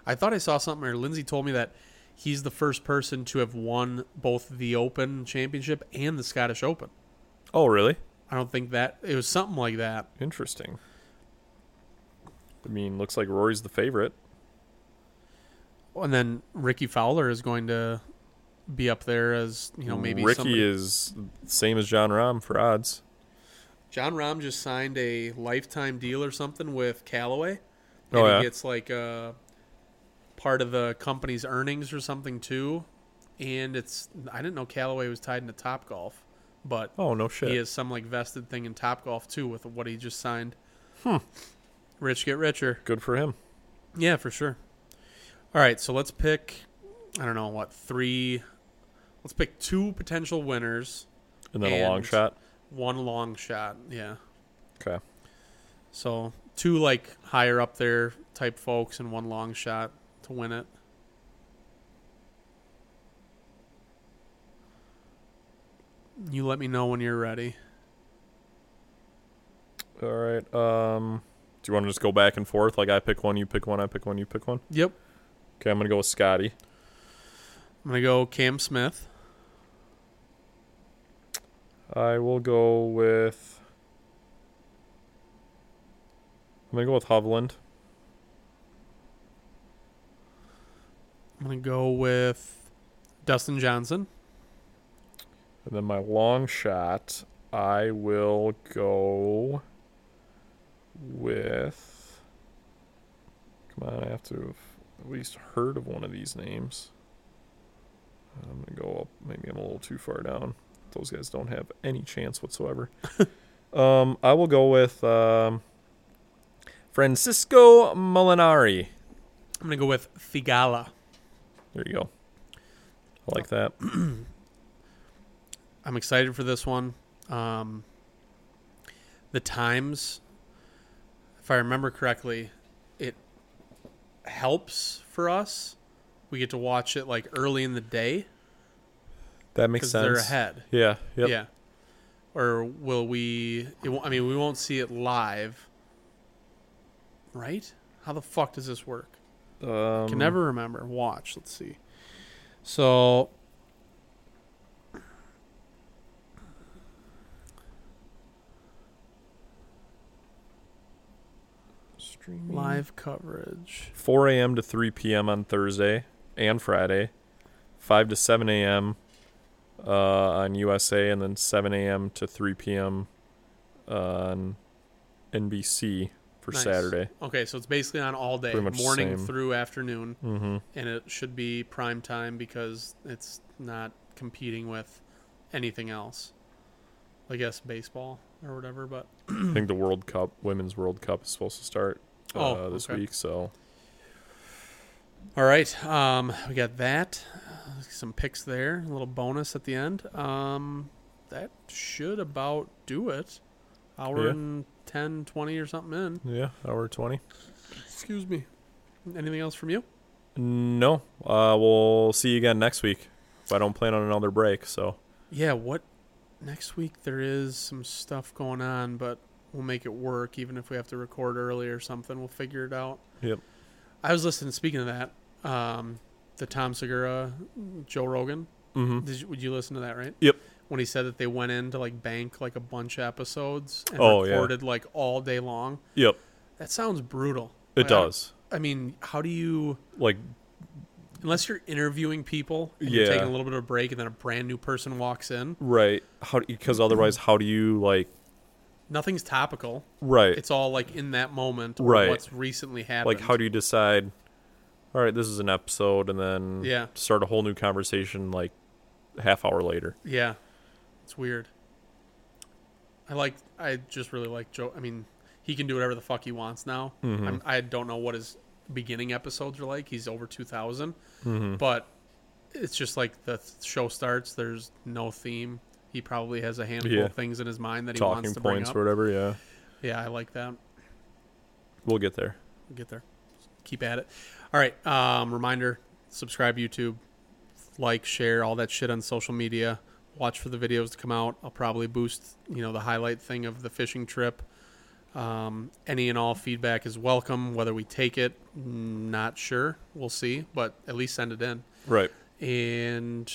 [SPEAKER 3] I thought I saw something where Lindsay told me that he's the first person to have won both the Open Championship and the Scottish Open.
[SPEAKER 4] Oh really?
[SPEAKER 3] I don't think that it was something like that.
[SPEAKER 4] Interesting. I mean, looks like Rory's the favorite.
[SPEAKER 3] And then Ricky Fowler is going to be up there as you know maybe
[SPEAKER 4] Ricky
[SPEAKER 3] somebody-
[SPEAKER 4] is same as John Rahm for odds.
[SPEAKER 3] John Rahm just signed a lifetime deal or something with Callaway. And
[SPEAKER 4] Oh,
[SPEAKER 3] he
[SPEAKER 4] yeah.
[SPEAKER 3] gets like a part of the company's earnings or something too. And it's I didn't know Callaway was tied into Top Golf, but
[SPEAKER 4] Oh no shit.
[SPEAKER 3] He has some like vested thing in Top Golf too with what he just signed. Hmm. Rich get richer.
[SPEAKER 4] Good for him.
[SPEAKER 3] Yeah, for sure. All right, so let's pick I don't know what three let's pick two potential winners,
[SPEAKER 4] And then a long
[SPEAKER 3] And-
[SPEAKER 4] shot.
[SPEAKER 3] one long shot. Yeah.
[SPEAKER 4] Okay.
[SPEAKER 3] So two like higher up there type folks and one long shot to win it. You let me know when you're ready.
[SPEAKER 4] All right. Um, do you want to just go back and forth? Like I pick one, you pick one, I pick one, you pick one.
[SPEAKER 3] Yep.
[SPEAKER 4] Okay, I'm gonna go with Scotty.
[SPEAKER 3] I'm gonna go Cam Smith.
[SPEAKER 4] I will go with. I'm gonna go with Hovland.
[SPEAKER 3] I'm gonna go with Dustin Johnson.
[SPEAKER 4] And then my long shot, I will go with. Come on, I have to have at least heard of one of these names. I'm going to go up. Maybe I'm a little too far down. Those guys don't have any chance whatsoever. um, I will go with um, Francisco Molinari.
[SPEAKER 3] I'm gonna go with Thigala.
[SPEAKER 4] There you go. I like that.
[SPEAKER 3] I'm excited for this one. Um, the times, if I remember correctly, it helps for us. We get to watch it like early in the day
[SPEAKER 4] That makes
[SPEAKER 3] because
[SPEAKER 4] sense.
[SPEAKER 3] they're ahead.
[SPEAKER 4] Yeah. Yep.
[SPEAKER 3] Yeah. Or will we? It won't, I mean, we won't see it live, right? How the fuck does this work?
[SPEAKER 4] Um,
[SPEAKER 3] Can never remember. Watch. Let's see. So.
[SPEAKER 4] streaming.
[SPEAKER 3] Live coverage.
[SPEAKER 4] 4 a.m. to 3 p.m. on Thursday and Friday, 5 to 7 a.m. Uh, on USA, and then 7 a.m. to 3 p.m. uh, on NBC for
[SPEAKER 3] Nice.
[SPEAKER 4] Saturday.
[SPEAKER 3] Okay, so it's basically on all day,
[SPEAKER 4] Pretty much
[SPEAKER 3] morning
[SPEAKER 4] same.
[SPEAKER 3] through afternoon,
[SPEAKER 4] Mm-hmm.
[SPEAKER 3] and it should be prime time because it's not competing with anything else. I guess baseball or whatever, but
[SPEAKER 4] I think the World Cup, Women's World Cup, is supposed to start uh,
[SPEAKER 3] Oh,
[SPEAKER 4] this
[SPEAKER 3] okay.
[SPEAKER 4] week. So
[SPEAKER 3] all right, um, we got that, some picks there, a little bonus at the end. Um, that should about do it. Hour
[SPEAKER 4] Yeah.
[SPEAKER 3] and 10, 20 or something in.
[SPEAKER 4] yeah, hour 20.
[SPEAKER 3] Excuse me. Anything else from you?
[SPEAKER 4] No, uh, we'll see you again next week. If I don't plan on another break, so
[SPEAKER 3] Yeah, what next week there is some stuff going on, but we'll make it work even if we have to record early or something. We'll figure it out.
[SPEAKER 4] yep.
[SPEAKER 3] I was listening speaking of that, um, the Tom Segura, Joe Rogan.
[SPEAKER 4] Mm-hmm.
[SPEAKER 3] Did you, would you listen to that, right?
[SPEAKER 4] Yep.
[SPEAKER 3] When he said that they went in to like bank like a bunch of episodes and
[SPEAKER 4] Oh, yeah.
[SPEAKER 3] recorded like all day long.
[SPEAKER 4] Yep.
[SPEAKER 3] That sounds brutal.
[SPEAKER 4] It
[SPEAKER 3] Like, I-
[SPEAKER 4] does.
[SPEAKER 3] I mean, how do you
[SPEAKER 4] Like
[SPEAKER 3] unless you're interviewing people and you're
[SPEAKER 4] Yeah.
[SPEAKER 3] taking a little bit of a break and then a brand new person walks in,
[SPEAKER 4] Right. How because otherwise, how do you like?
[SPEAKER 3] nothing's topical.
[SPEAKER 4] Right.
[SPEAKER 3] it's all like in that moment or
[SPEAKER 4] Right.
[SPEAKER 3] what's recently happened
[SPEAKER 4] like how do you decide? All right, this is an episode, and then
[SPEAKER 3] Yeah.
[SPEAKER 4] start a whole new conversation like a half hour later.
[SPEAKER 3] yeah it's weird i like i just really like joe i mean he can do whatever the fuck he wants now
[SPEAKER 4] Mm-hmm.
[SPEAKER 3] I'm, i don't know what his beginning episodes are like he's over 2000
[SPEAKER 4] Mm-hmm.
[SPEAKER 3] but it's just like the th- show starts there's no theme he probably has a handful
[SPEAKER 4] Yeah.
[SPEAKER 3] of things in his mind that he
[SPEAKER 4] Talking
[SPEAKER 3] wants to bring
[SPEAKER 4] points
[SPEAKER 3] up
[SPEAKER 4] or whatever. Yeah,
[SPEAKER 3] yeah i like that
[SPEAKER 4] we'll get there.
[SPEAKER 3] We'll get there. Keep at it. All right. Um, reminder: subscribe YouTube, like, share all that shit on social media. Watch for the videos to come out. I'll probably boost, you know, the highlight thing of the fishing trip. Um, any and all feedback is welcome. Whether we take it, not sure. We'll see, but at least send it in.
[SPEAKER 4] Right.
[SPEAKER 3] And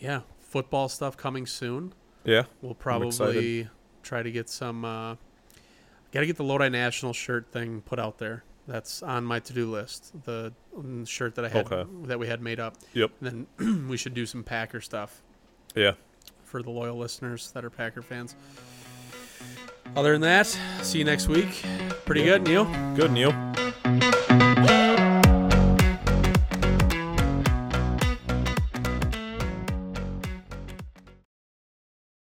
[SPEAKER 3] yeah, football stuff coming soon.
[SPEAKER 4] Yeah.
[SPEAKER 3] We'll
[SPEAKER 4] excited.
[SPEAKER 3] probably try to get some. Uh, Got to get the Lodi National shirt thing put out there. That's on my to-do list. The mm, shirt that I had
[SPEAKER 4] Okay.
[SPEAKER 3] that we had made up.
[SPEAKER 4] Yep.
[SPEAKER 3] And then we should do some Packer stuff
[SPEAKER 4] Yeah.
[SPEAKER 3] for the loyal listeners that are Packer fans. Other than that, see you next week. Pretty good, Neil.
[SPEAKER 4] Good, Neil.